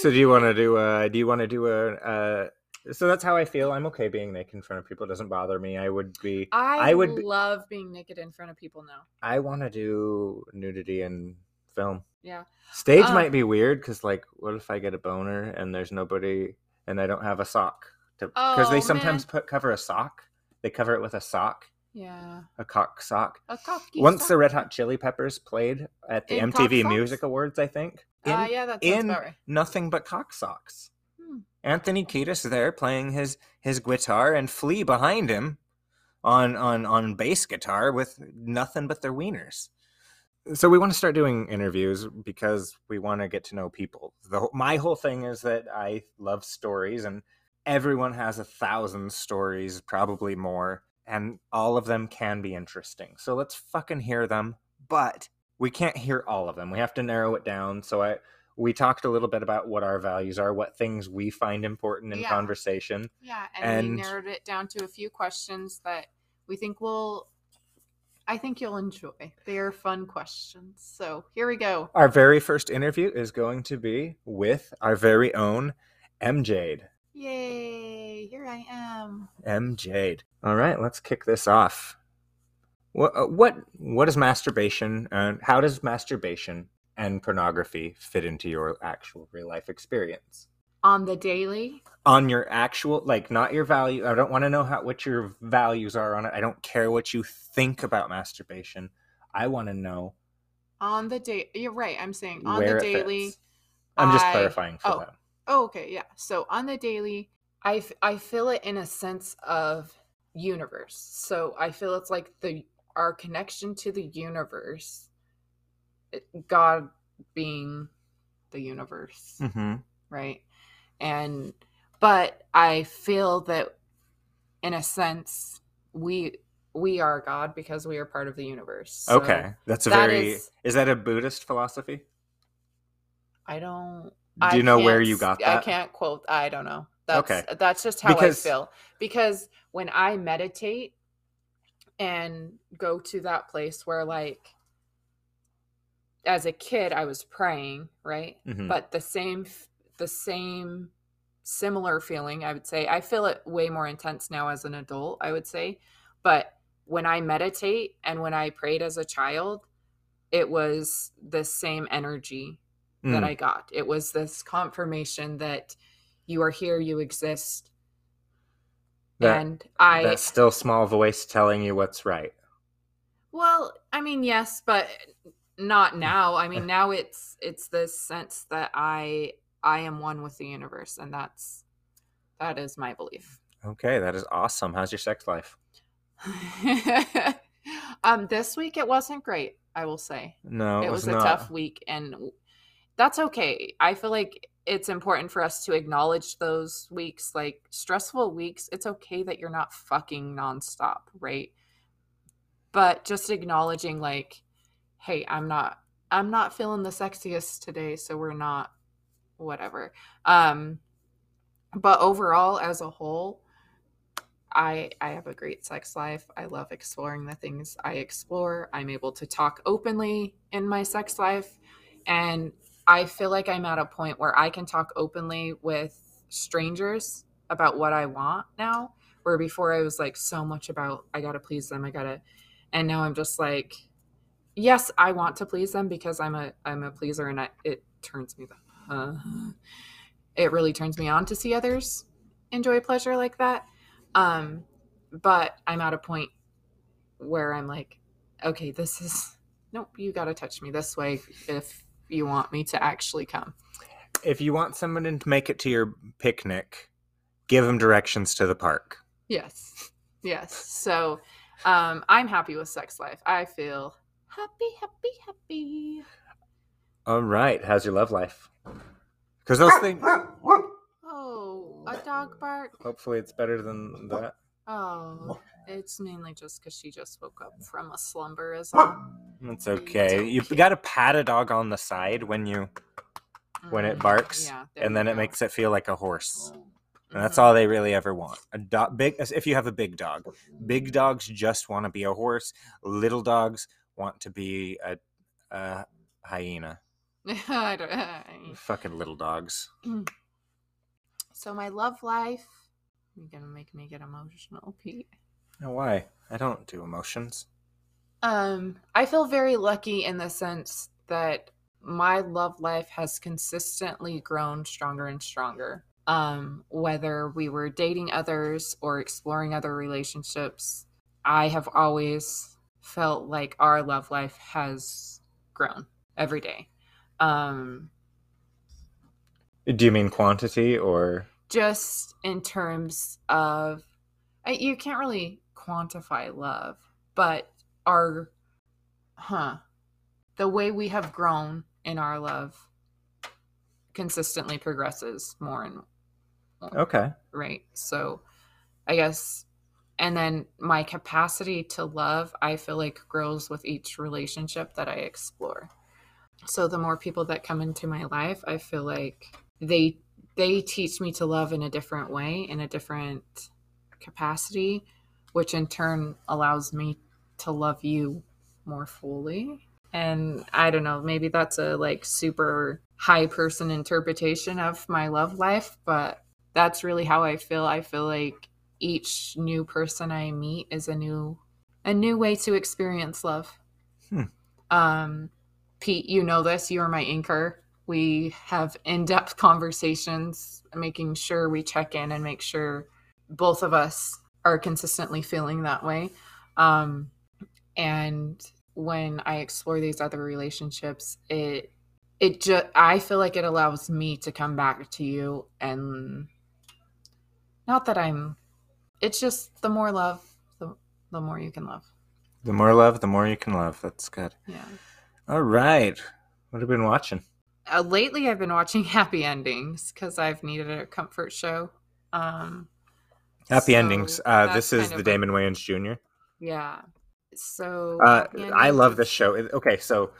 So do you want to do a? Do you want to do a? Uh, so that's how I feel. I'm okay being naked in front of people. It doesn't bother me. I would be.
I,
I would be-
love being naked in front of people now.
I want to do nudity in film.
Yeah.
Stage
Uh,
might be weird because, like, what if I get a boner and there's nobody and I don't have a sock? Because
Oh,
they sometimes put cover a sock. They cover it with a sock,
Yeah.
a cock sock.
A cocky
Once
sock.
the Red Hot Chili Peppers played at the
In cock
MTV
socks?
Music Awards, I think. In,
Ah, yeah, that sounds
in-
about right.
Nothing but cock socks.
Hmm.
Anthony Kiedis there playing his his guitar and Flea behind him on on on bass guitar with nothing but their wieners. so we want to start doing interviews because we want to get to know people. The whole- my whole thing is that I love stories and everyone has a thousand stories, probably more, and all of them can be interesting. So let's fucking hear them, but we can't hear all of them. We have to narrow it down. So I we talked a little bit about what our values are, what things we find important in
Yeah.
conversation.
Yeah, and,
And-
we narrowed it down to a few questions that we think will I think you'll enjoy. They are fun questions. So here we go.
Our very first interview is going to be with our very own MJade.
Yay, here I am.
M. Jade. All right, let's kick this off. What uh, what what is masturbation, and how does masturbation and pornography fit into your actual real life experience?
On the daily.
On your actual, like, not your value. I don't want to know how what your values are on it. I don't care what you think about masturbation. I want to know
On the day you're right, I'm saying on
where
the
it
daily.
fits. I'm just
I-
clarifying for
oh.
them.
Oh, okay, yeah. So on the daily, I f- I feel it in a sense of universe. So I feel it's like the our connection to the universe, it- God being the universe,
Mm-hmm.
right? And but I feel that in a sense we we are God because we are part of the universe. So
okay, that's a
that
very.
is-
is that a Buddhist philosophy?
I don't.
Do
I
you know where
can't
you
s-
got
I
that?
can't quote. I don't know. That's
Okay.
that's just how
Because-
I feel. Because when I meditate and go to that place where like as a kid I was praying, right?
Mhm.
But the same f- the same similar feeling, I would say. I feel it way more intense now as an adult, I would say. But when I meditate and when I prayed as a child, it was the same energy that
Mm.
I got. It was this confirmation that you are here, you exist,
That-
and I.
that still small voice telling you what's right.
Well, I mean, yes, but not now. I mean, now it's it's this sense that I I am one with the universe, and that's that is my belief.
Okay, that is awesome. How's your sex life?
um, this week it wasn't great. I will say
No,
it was a
not.
tough week and w- that's okay i feel like it's important for us to acknowledge those weeks like stressful weeks it's okay that you're not fucking nonstop right but just acknowledging like hey i'm not i'm not feeling the sexiest today so we're not whatever um but overall as a whole I I have a great sex life. I love exploring the things I explore. I'm able to talk openly in my sex life and I feel like I'm at a point where I can talk openly with strangers about what I want now where before I was like so much about I got to please them. I got to and now I'm just like yes, I want to please them because I'm a I'm a pleaser and I, it turns me the uh, it really turns me on to see others enjoy pleasure like that um but i'm at a point where i'm like okay this is nope you got to touch me this way if you want me to actually come
If you want someone to make it to your picnic, give them directions to the park.
yes yes so um i'm happy with sex life i feel happy happy happy
All right, how's your love life? Because those things.
oh a dog bark
Hopefully, it's better than that.
oh it's mainly just because she just woke up from a slumber as well
It's
It's
okay. You've
okay.
got to pat a dog on the side when you, When it
Mm,
barks,
yeah, there
and
you
then it
go.
makes it feel like a horse. And that's
Mhm.
all they really ever want. A dog, big. If you have a big dog, big dogs just want to be a horse. Little dogs want to be a, a hyena.
I don't-
Fucking little dogs.
so my love life. You're gonna make me get emotional, Pete.
Oh, why? I don't do emotions.
Um, I feel very lucky in the sense that my love life has consistently grown stronger and stronger. Um, whether we were dating others or exploring other relationships, I have always felt like our love life has grown every day. Um,
Uh, Do you mean quantity or?
just in terms of I- you can't really quantify love but our huh the way we have grown in our love consistently progresses more and
Okay.
right? So I guess and then my capacity to love I feel like grows with each relationship that I explore. So the more people that come into my life, I feel like they they teach me to love in a different way, in a different capacity, which in turn allows me to love you more fully. And I don't know, maybe that's a like super high person interpretation of my love life, but that's really how I feel. I feel like each new person I meet is a new a new way to experience love.
Hmm.
Um, Pete, you know this. You are my anchor. We have in depth conversations, making sure we check in and make sure both of us are consistently feeling that way. Um, and when I explore these other relationships, it it just I feel like it allows me to come back to you and not that I'm it's just the more love the, the more you can love
The more love, the more you can love. That's good.
yeah
All right. What have you been watching?
uh, lately I've been watching happy endings because I've needed a comfort show um
Happy
So
endings. Uh, this
that's
is
kind
the
of
Damon Wayans Jr.
yeah so
Uh,
Happy
I
Endings
love
is-
this show. It- Okay, so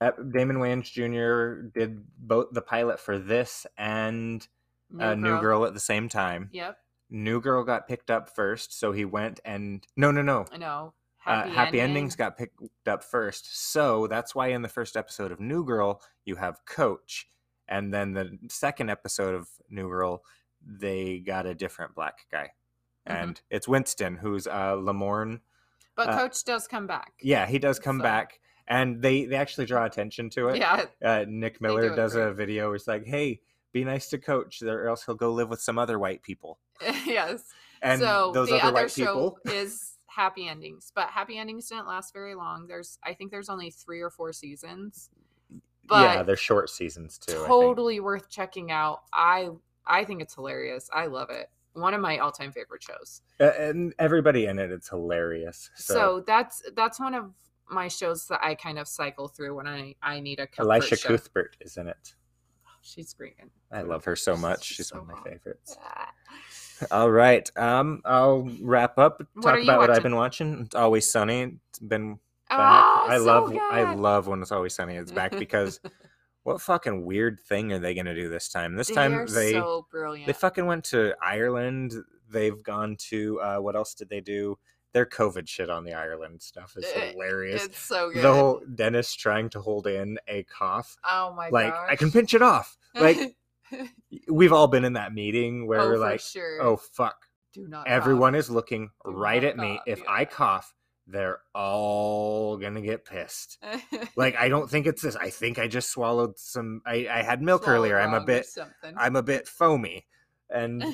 uh, Damon Wayans Jr. did both the pilot for this and
new,
uh, New Girl at the same time.
yep
New Girl got picked up first, so he went and no, no, no.
I know
Happy, uh, happy
Ending.
endings got picked up first, so that's why in the first episode of New Girl you have Coach, and then the second episode of New Girl they got a different black guy,
Mhm.
and it's Winston who's uh, Lamorne
but
uh,
Coach does come back
yeah, he does come
So-
back, and they they actually draw attention to it.
yeah
Uh, Nick Miller
do it
does a
great.
video where he's like, "Hey, be nice to Coach, there, or else he'll go live with some other white people."
yes
And
so
those
the
other,
other,
white
show
people,
is happy endings but happy endings didn't last very long there's i think there's only three or four seasons
yeah,
but
they're short seasons too. I think.
totally worth checking out i i think it's hilarious i love it one of my all-time favorite shows
Uh, and everybody in it, it's hilarious.
so,
So,
that's that's one of my shows that i kind of cycle through when i i need a comfort
Elisha
show.
Cuthbert is in it.
she's screaming
I love her so much.
She's
She's
so
one of my
hot.
favorites. All right, um, I'll wrap up. Talk
What are
about
you
what I've
watching?
been watching. It's always sunny. It's been back.
Oh,
I
so
love I
good.
love when it's always sunny. It's back because what fucking weird thing are they gonna do this time? This
they
time
are
they
so brilliant
they fucking went to Ireland. They've gone to uh, what else did they do? Their COVID shit on the Ireland stuff is
It-
hilarious.
Uh, Eh, it's so good
The whole dentist trying to hold in a cough,
oh my
like
gosh.
I can pinch it off. Like we've all been in that meeting where
oh,
we're
for
like,
sure.
oh fuck,
do not cough.
everyone is looking
Do
right
not
at me.
cough,
If
yeah.
I cough, they're all gonna get pissed. Like I don't think it's this. I think I just swallowed some. I, I had milk
Swallow
earlier. I'm a
wrong or
bit.
something.
I'm a bit foamy, and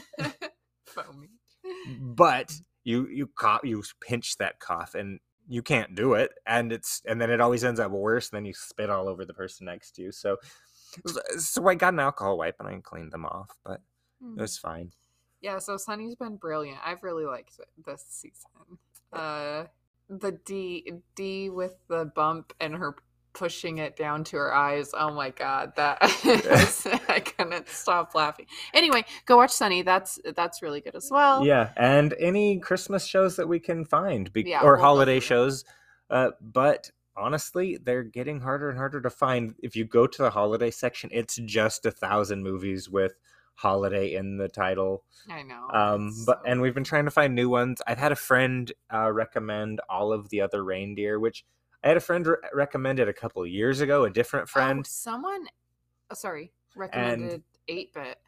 foamy.
but you you cough. You pinch that cough, and you can't do it. And it's and then it always ends up worse. And then you spit all over the person next to you. So so I got an alcohol wipe and I cleaned them off, but
Mm.
it was fine.
Yeah, so Sunny's been brilliant. I've really liked it this season. Uh the D D with the bump and her pushing it down to her eyes. Oh my god, that I couldn't stop laughing. Anyway, go watch Sunny. That's that's really good as well.
Yeah, and any Christmas shows that we can find, be-
Yeah,
or
we'll go
holiday
through
shows. Uh, but honestly, they're getting harder and harder to find. If you go to the holiday section, it's just a thousand movies with holiday in the title.
I know.
Um,
it's
but
Oh, so
and we've been trying to find new ones. I've had a friend uh, recommend all of the other reindeer, which I had a friend re- recommended a couple years ago. A different
Oh,
friend,
someone, oh, sorry, recommended eight bit,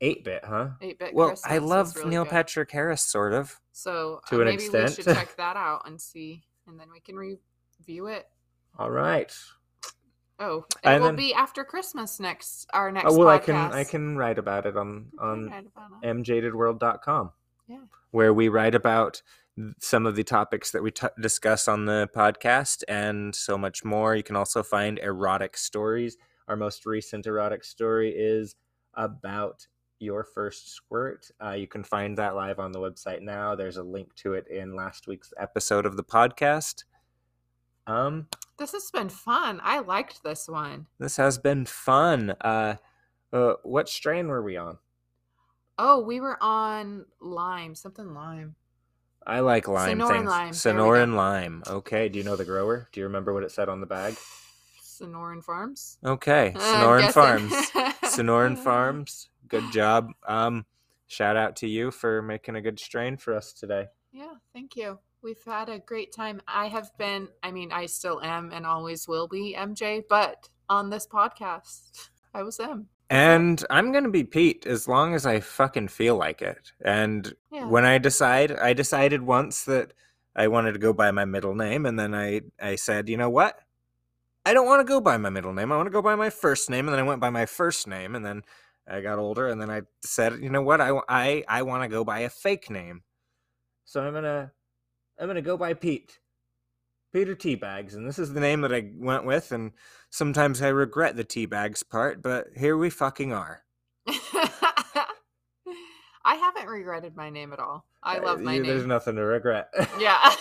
eight bit, huh?
eight bit.
Well,
Christmas
I
was
love
really
Neil
good.
Patrick Harris, sort of.
So
to
uh,
an
maybe we should
extent.
check that out and see, and then we can review it.
All right.
Oh, it
And
will
then-
be after Christmas next. Our next.
Oh, well, I can
podcast.
I can um, write about it on
Okay,
on
right about now.
E mjadedworld.com.
Yeah.
Where we write about th- some of the topics that we t- discuss on the podcast and so much more. You can also find erotic stories. Our most recent erotic story is about your first squirt. Uh, you can find that live on the website now. There's a link to it in last week's episode of the podcast. Um,
This has been fun. I liked this one.
This has been fun. Uh, uh, what strain were we on?
Oh, we were on lime, something lime.
I like lime
Sonoran
things.
lime. There we
Sonoran
go.
lime. Okay. Do you know the grower? Do you remember what it said on the bag?
Sonoran Farms.
Okay.
Uh, I'm
Sonoran
guessing.
Farms. Sonoran Farms. Good job. Um, shout out to you for making a good strain for us today.
Yeah, thank you. We've had a great time. I have been, I mean, I still am and always will be MJ, but on this podcast, I was M.
And I'm gonna be Pete as long as I fucking feel like it. And
Yeah.
when I decide, I decided once that I wanted to go by my middle name, and then I I said, you know what? I don't want to go by my middle name. I want to go by my first name, and then I went by my first name, and then I got older, and then I said, you know what? I wa- I I want to go by a fake name, so I'm gonna I'm gonna go by Pete. Peter Teabags, and this is the name that I went with, and sometimes I regret the teabags part, but here we fucking are.
I haven't regretted my name at all. I
Uh,
love my
you- There's
name.
nothing to regret.
yeah.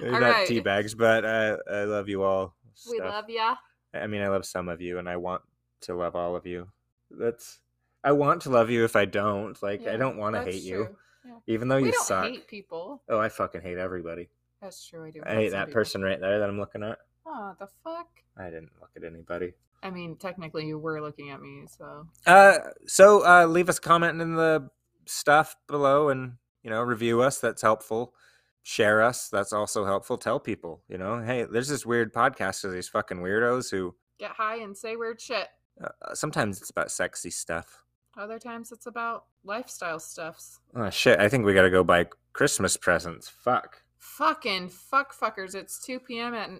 You're
All
not
right.
teabags, but uh, I love you all.
We
stuff.
love ya.
I mean, I love some of you, and I want to love all of you. That's. I want to love you if I don't. Like, I
Yeah,
don't want to
that's
hate you,
true. Yeah.
even though
we
you
don't
suck.
hate people.
Oh, I fucking hate everybody.
That's true. I do.
I hate that person right there that I'm looking at.
Oh, the fuck!
I didn't look at anybody.
I mean, technically, you were looking at me, so
Uh, so uh, leave us a comment in the stuff below, and you know, review us. That's helpful. Share us. That's also helpful. Tell people. You know, hey, there's this weird podcast of these fucking weirdos who
get high and say weird shit.
uh, sometimes it's about sexy stuff.
Other times, it's about lifestyle stuffs.
Oh shit! I think we gotta go buy Christmas presents. Fuck.
Fucking fuck fuckers! It's two p.m. at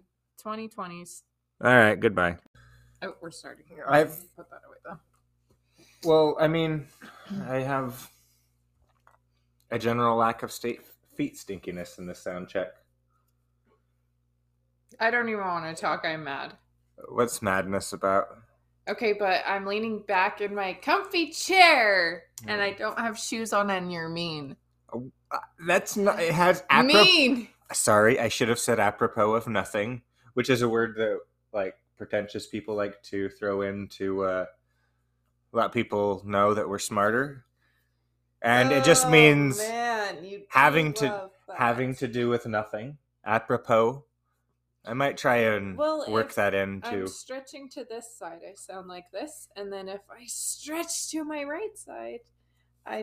2020s.
All right. Goodbye.
Oh, we're starting here.
I've-
put that away though.
Well, I mean, I have a general lack of state feet stinkiness in this sound check.
I don't even want to talk. I'm mad.
What's madness about?
Okay, but I'm leaning back in my comfy chair, and
Mm.
I don't have shoes on, and you're mean.
Uh, That's not. It has apropos.
mean.
sorry, I should have said apropos of nothing, which is a word that like pretentious people like to throw in to uh, let people know that we're smarter, and it just
Oh,
means
man, you do
having to-
love that.
having to do with nothing. Apropos, I might try and
Well,
work
if
that in
I'm
too.
stretching to this side, I sound like this, and then if I stretch to my right side, I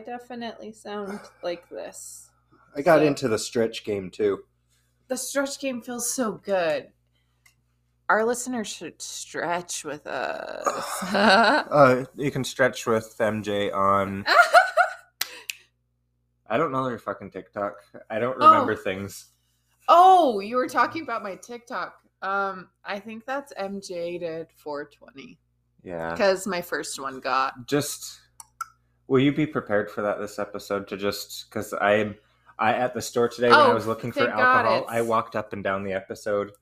definitely sound like this.
I
got
got
so-
into the stretch game too.
The stretch game feels so good. Our listeners should stretch with us.
Uh, you can stretch with MJ on. I don't know their fucking TikTok. I don't
Oh.
remember things.
oh, you were talking about my TikTok. Um, I think that's MJ did 420
Yeah.
because my first one got
just will you be prepared for that this episode to just because i i at the store today when i
Oh,
was looking for
thank God,
alcohol i
it's-
walked up and down the episode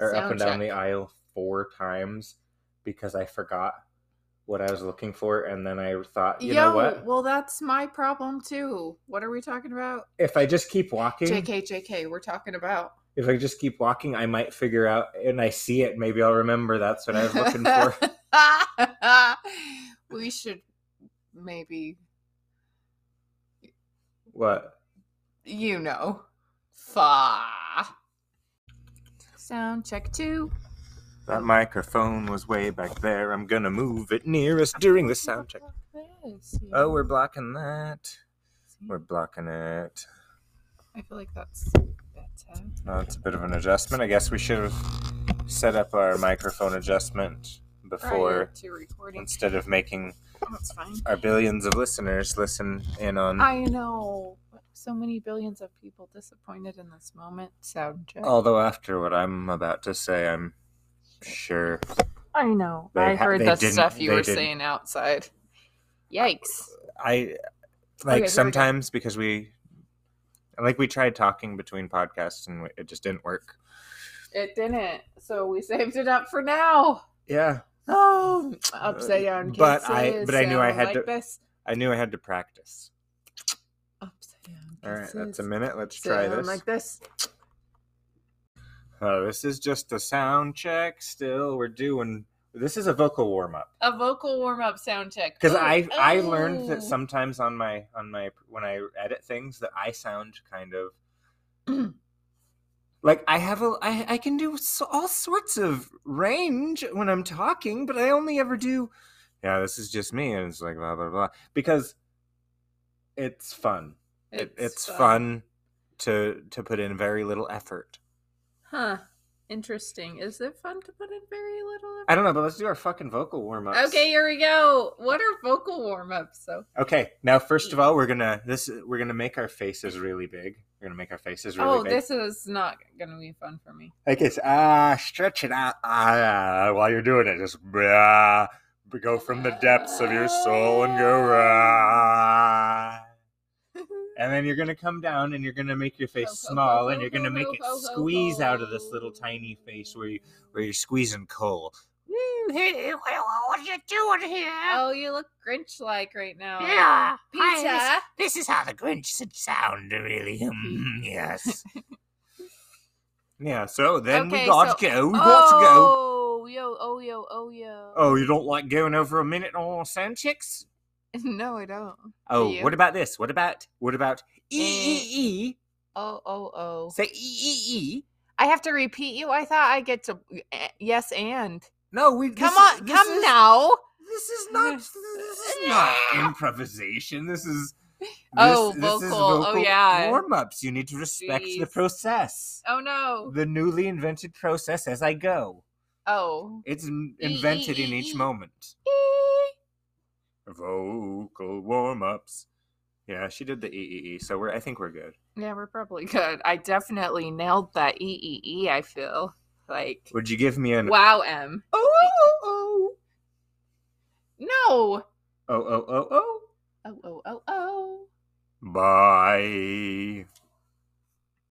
or up and
Sound
down the
check.
aisle four times because i forgot what i was looking for and then i thought you
Yo,
know what
well, that's my problem too. What are we talking about?
if i just keep walking
JK, JK, we're talking about.
if i just keep walking i might figure out and i see it maybe i'll remember that's what i was looking for
we should maybe,
what
you know, fa. Sound check two.
that microphone was way back there i'm gonna move it near us during the sound check
Yes, yeah.
oh we're blocking that
See?
We're blocking it.
I feel like that's better.
Well, that's a bit of an adjustment. I guess we should have set up our microphone adjustment
Prior
before
to recording,
instead of making
that's fine.
our billions of listeners listen in on
I know so many billions of people disappointed in this moment. Sound check.
although after what I'm about to say I'm sure
I know.
They
I
ha-
heard
they
that
didn't-
stuff you
they
were
didn't.
saying outside. Yikes.
I
here we
like
go.
sometimes because we like we tried talking between podcasts and it just didn't work.
It didn't. So we saved it up for now.
Yeah,
Oh, upside down kisses.
But I- but I knew I
and
had
like
to-
This.
I knew I had to practice.
Upside down
All right,
kisses.
that's a minute. Let's try
Sound
this.
Like this.
Oh, this is just a sound check. Still, we're doing. This is a vocal warm up
A vocal warm up sound check.
because
Ooh,
I I learned
ooh.
that sometimes on my on my when I edit things that I sound kind of like I have a I I can do so, all sorts of range when I'm talking, but I only ever do. Yeah, this is just me, and it's like blah blah blah because it's fun. It, it's fun to to put in very little effort.
Huh. Interesting. Is it fun to put in very little?
I don't know, but let's do our fucking vocal warm ups.
Okay, here we go. What are vocal Oh, warm ups? So,
Okay. Now, first of
Mm.
all, we're gonna this we're gonna make our faces really big. We're gonna make our faces really
oh,
big.
this is not gonna be fun for me.
I guess ah, stretch it out ah, while you're doing it. Just ah, go from the depths of your soul and go ah. And then you're gonna come down and you're gonna make your face
Ho, ho,
small
ho,
and you're
ho,
gonna
ho,
make
ho,
it
ho, ho,
squeeze out of this
ho.
little tiny face where you where you're squeezing coal.
Hmm,
Ooh, hey, what are you doing here?
oh, you look Grinch like right now.
Yeah.
Pizza.
This is how the Grinch should sound, really. Mm, yes. yeah, so then
Okay,
we got
so-
to go. We got to go.
oh, yo, oh, yo, oh, yo.
Oh, you don't like going over a minute on our sound checks?
No, I don't.
Oh,
you?
what about this? What about, what about E
Eh.
E
Oh, oh,
E?
oh.
Say E E E.
I have to repeat you. I thought I get to eh, yes and.
No, we.
Come
this is-
on,
this
come
is-
now.
This is not. This is not improvisation. This is.
Oh, vocal. Oh, yeah.
Warm ups. You need to respect the
Jeez.
process.
Oh no.
the newly invented process as I go.
Oh.
It's m- invented in each
E-E-E-E.
moment. Vocal warm ups. Yeah, she did the EEE, so we're I think we're good.
Yeah, we're probably good. I definitely nailed that E E E. I feel like
Would you give me an
wow, M.
oh oh oh
No.
oh oh oh oh
Oh oh oh oh.
bye?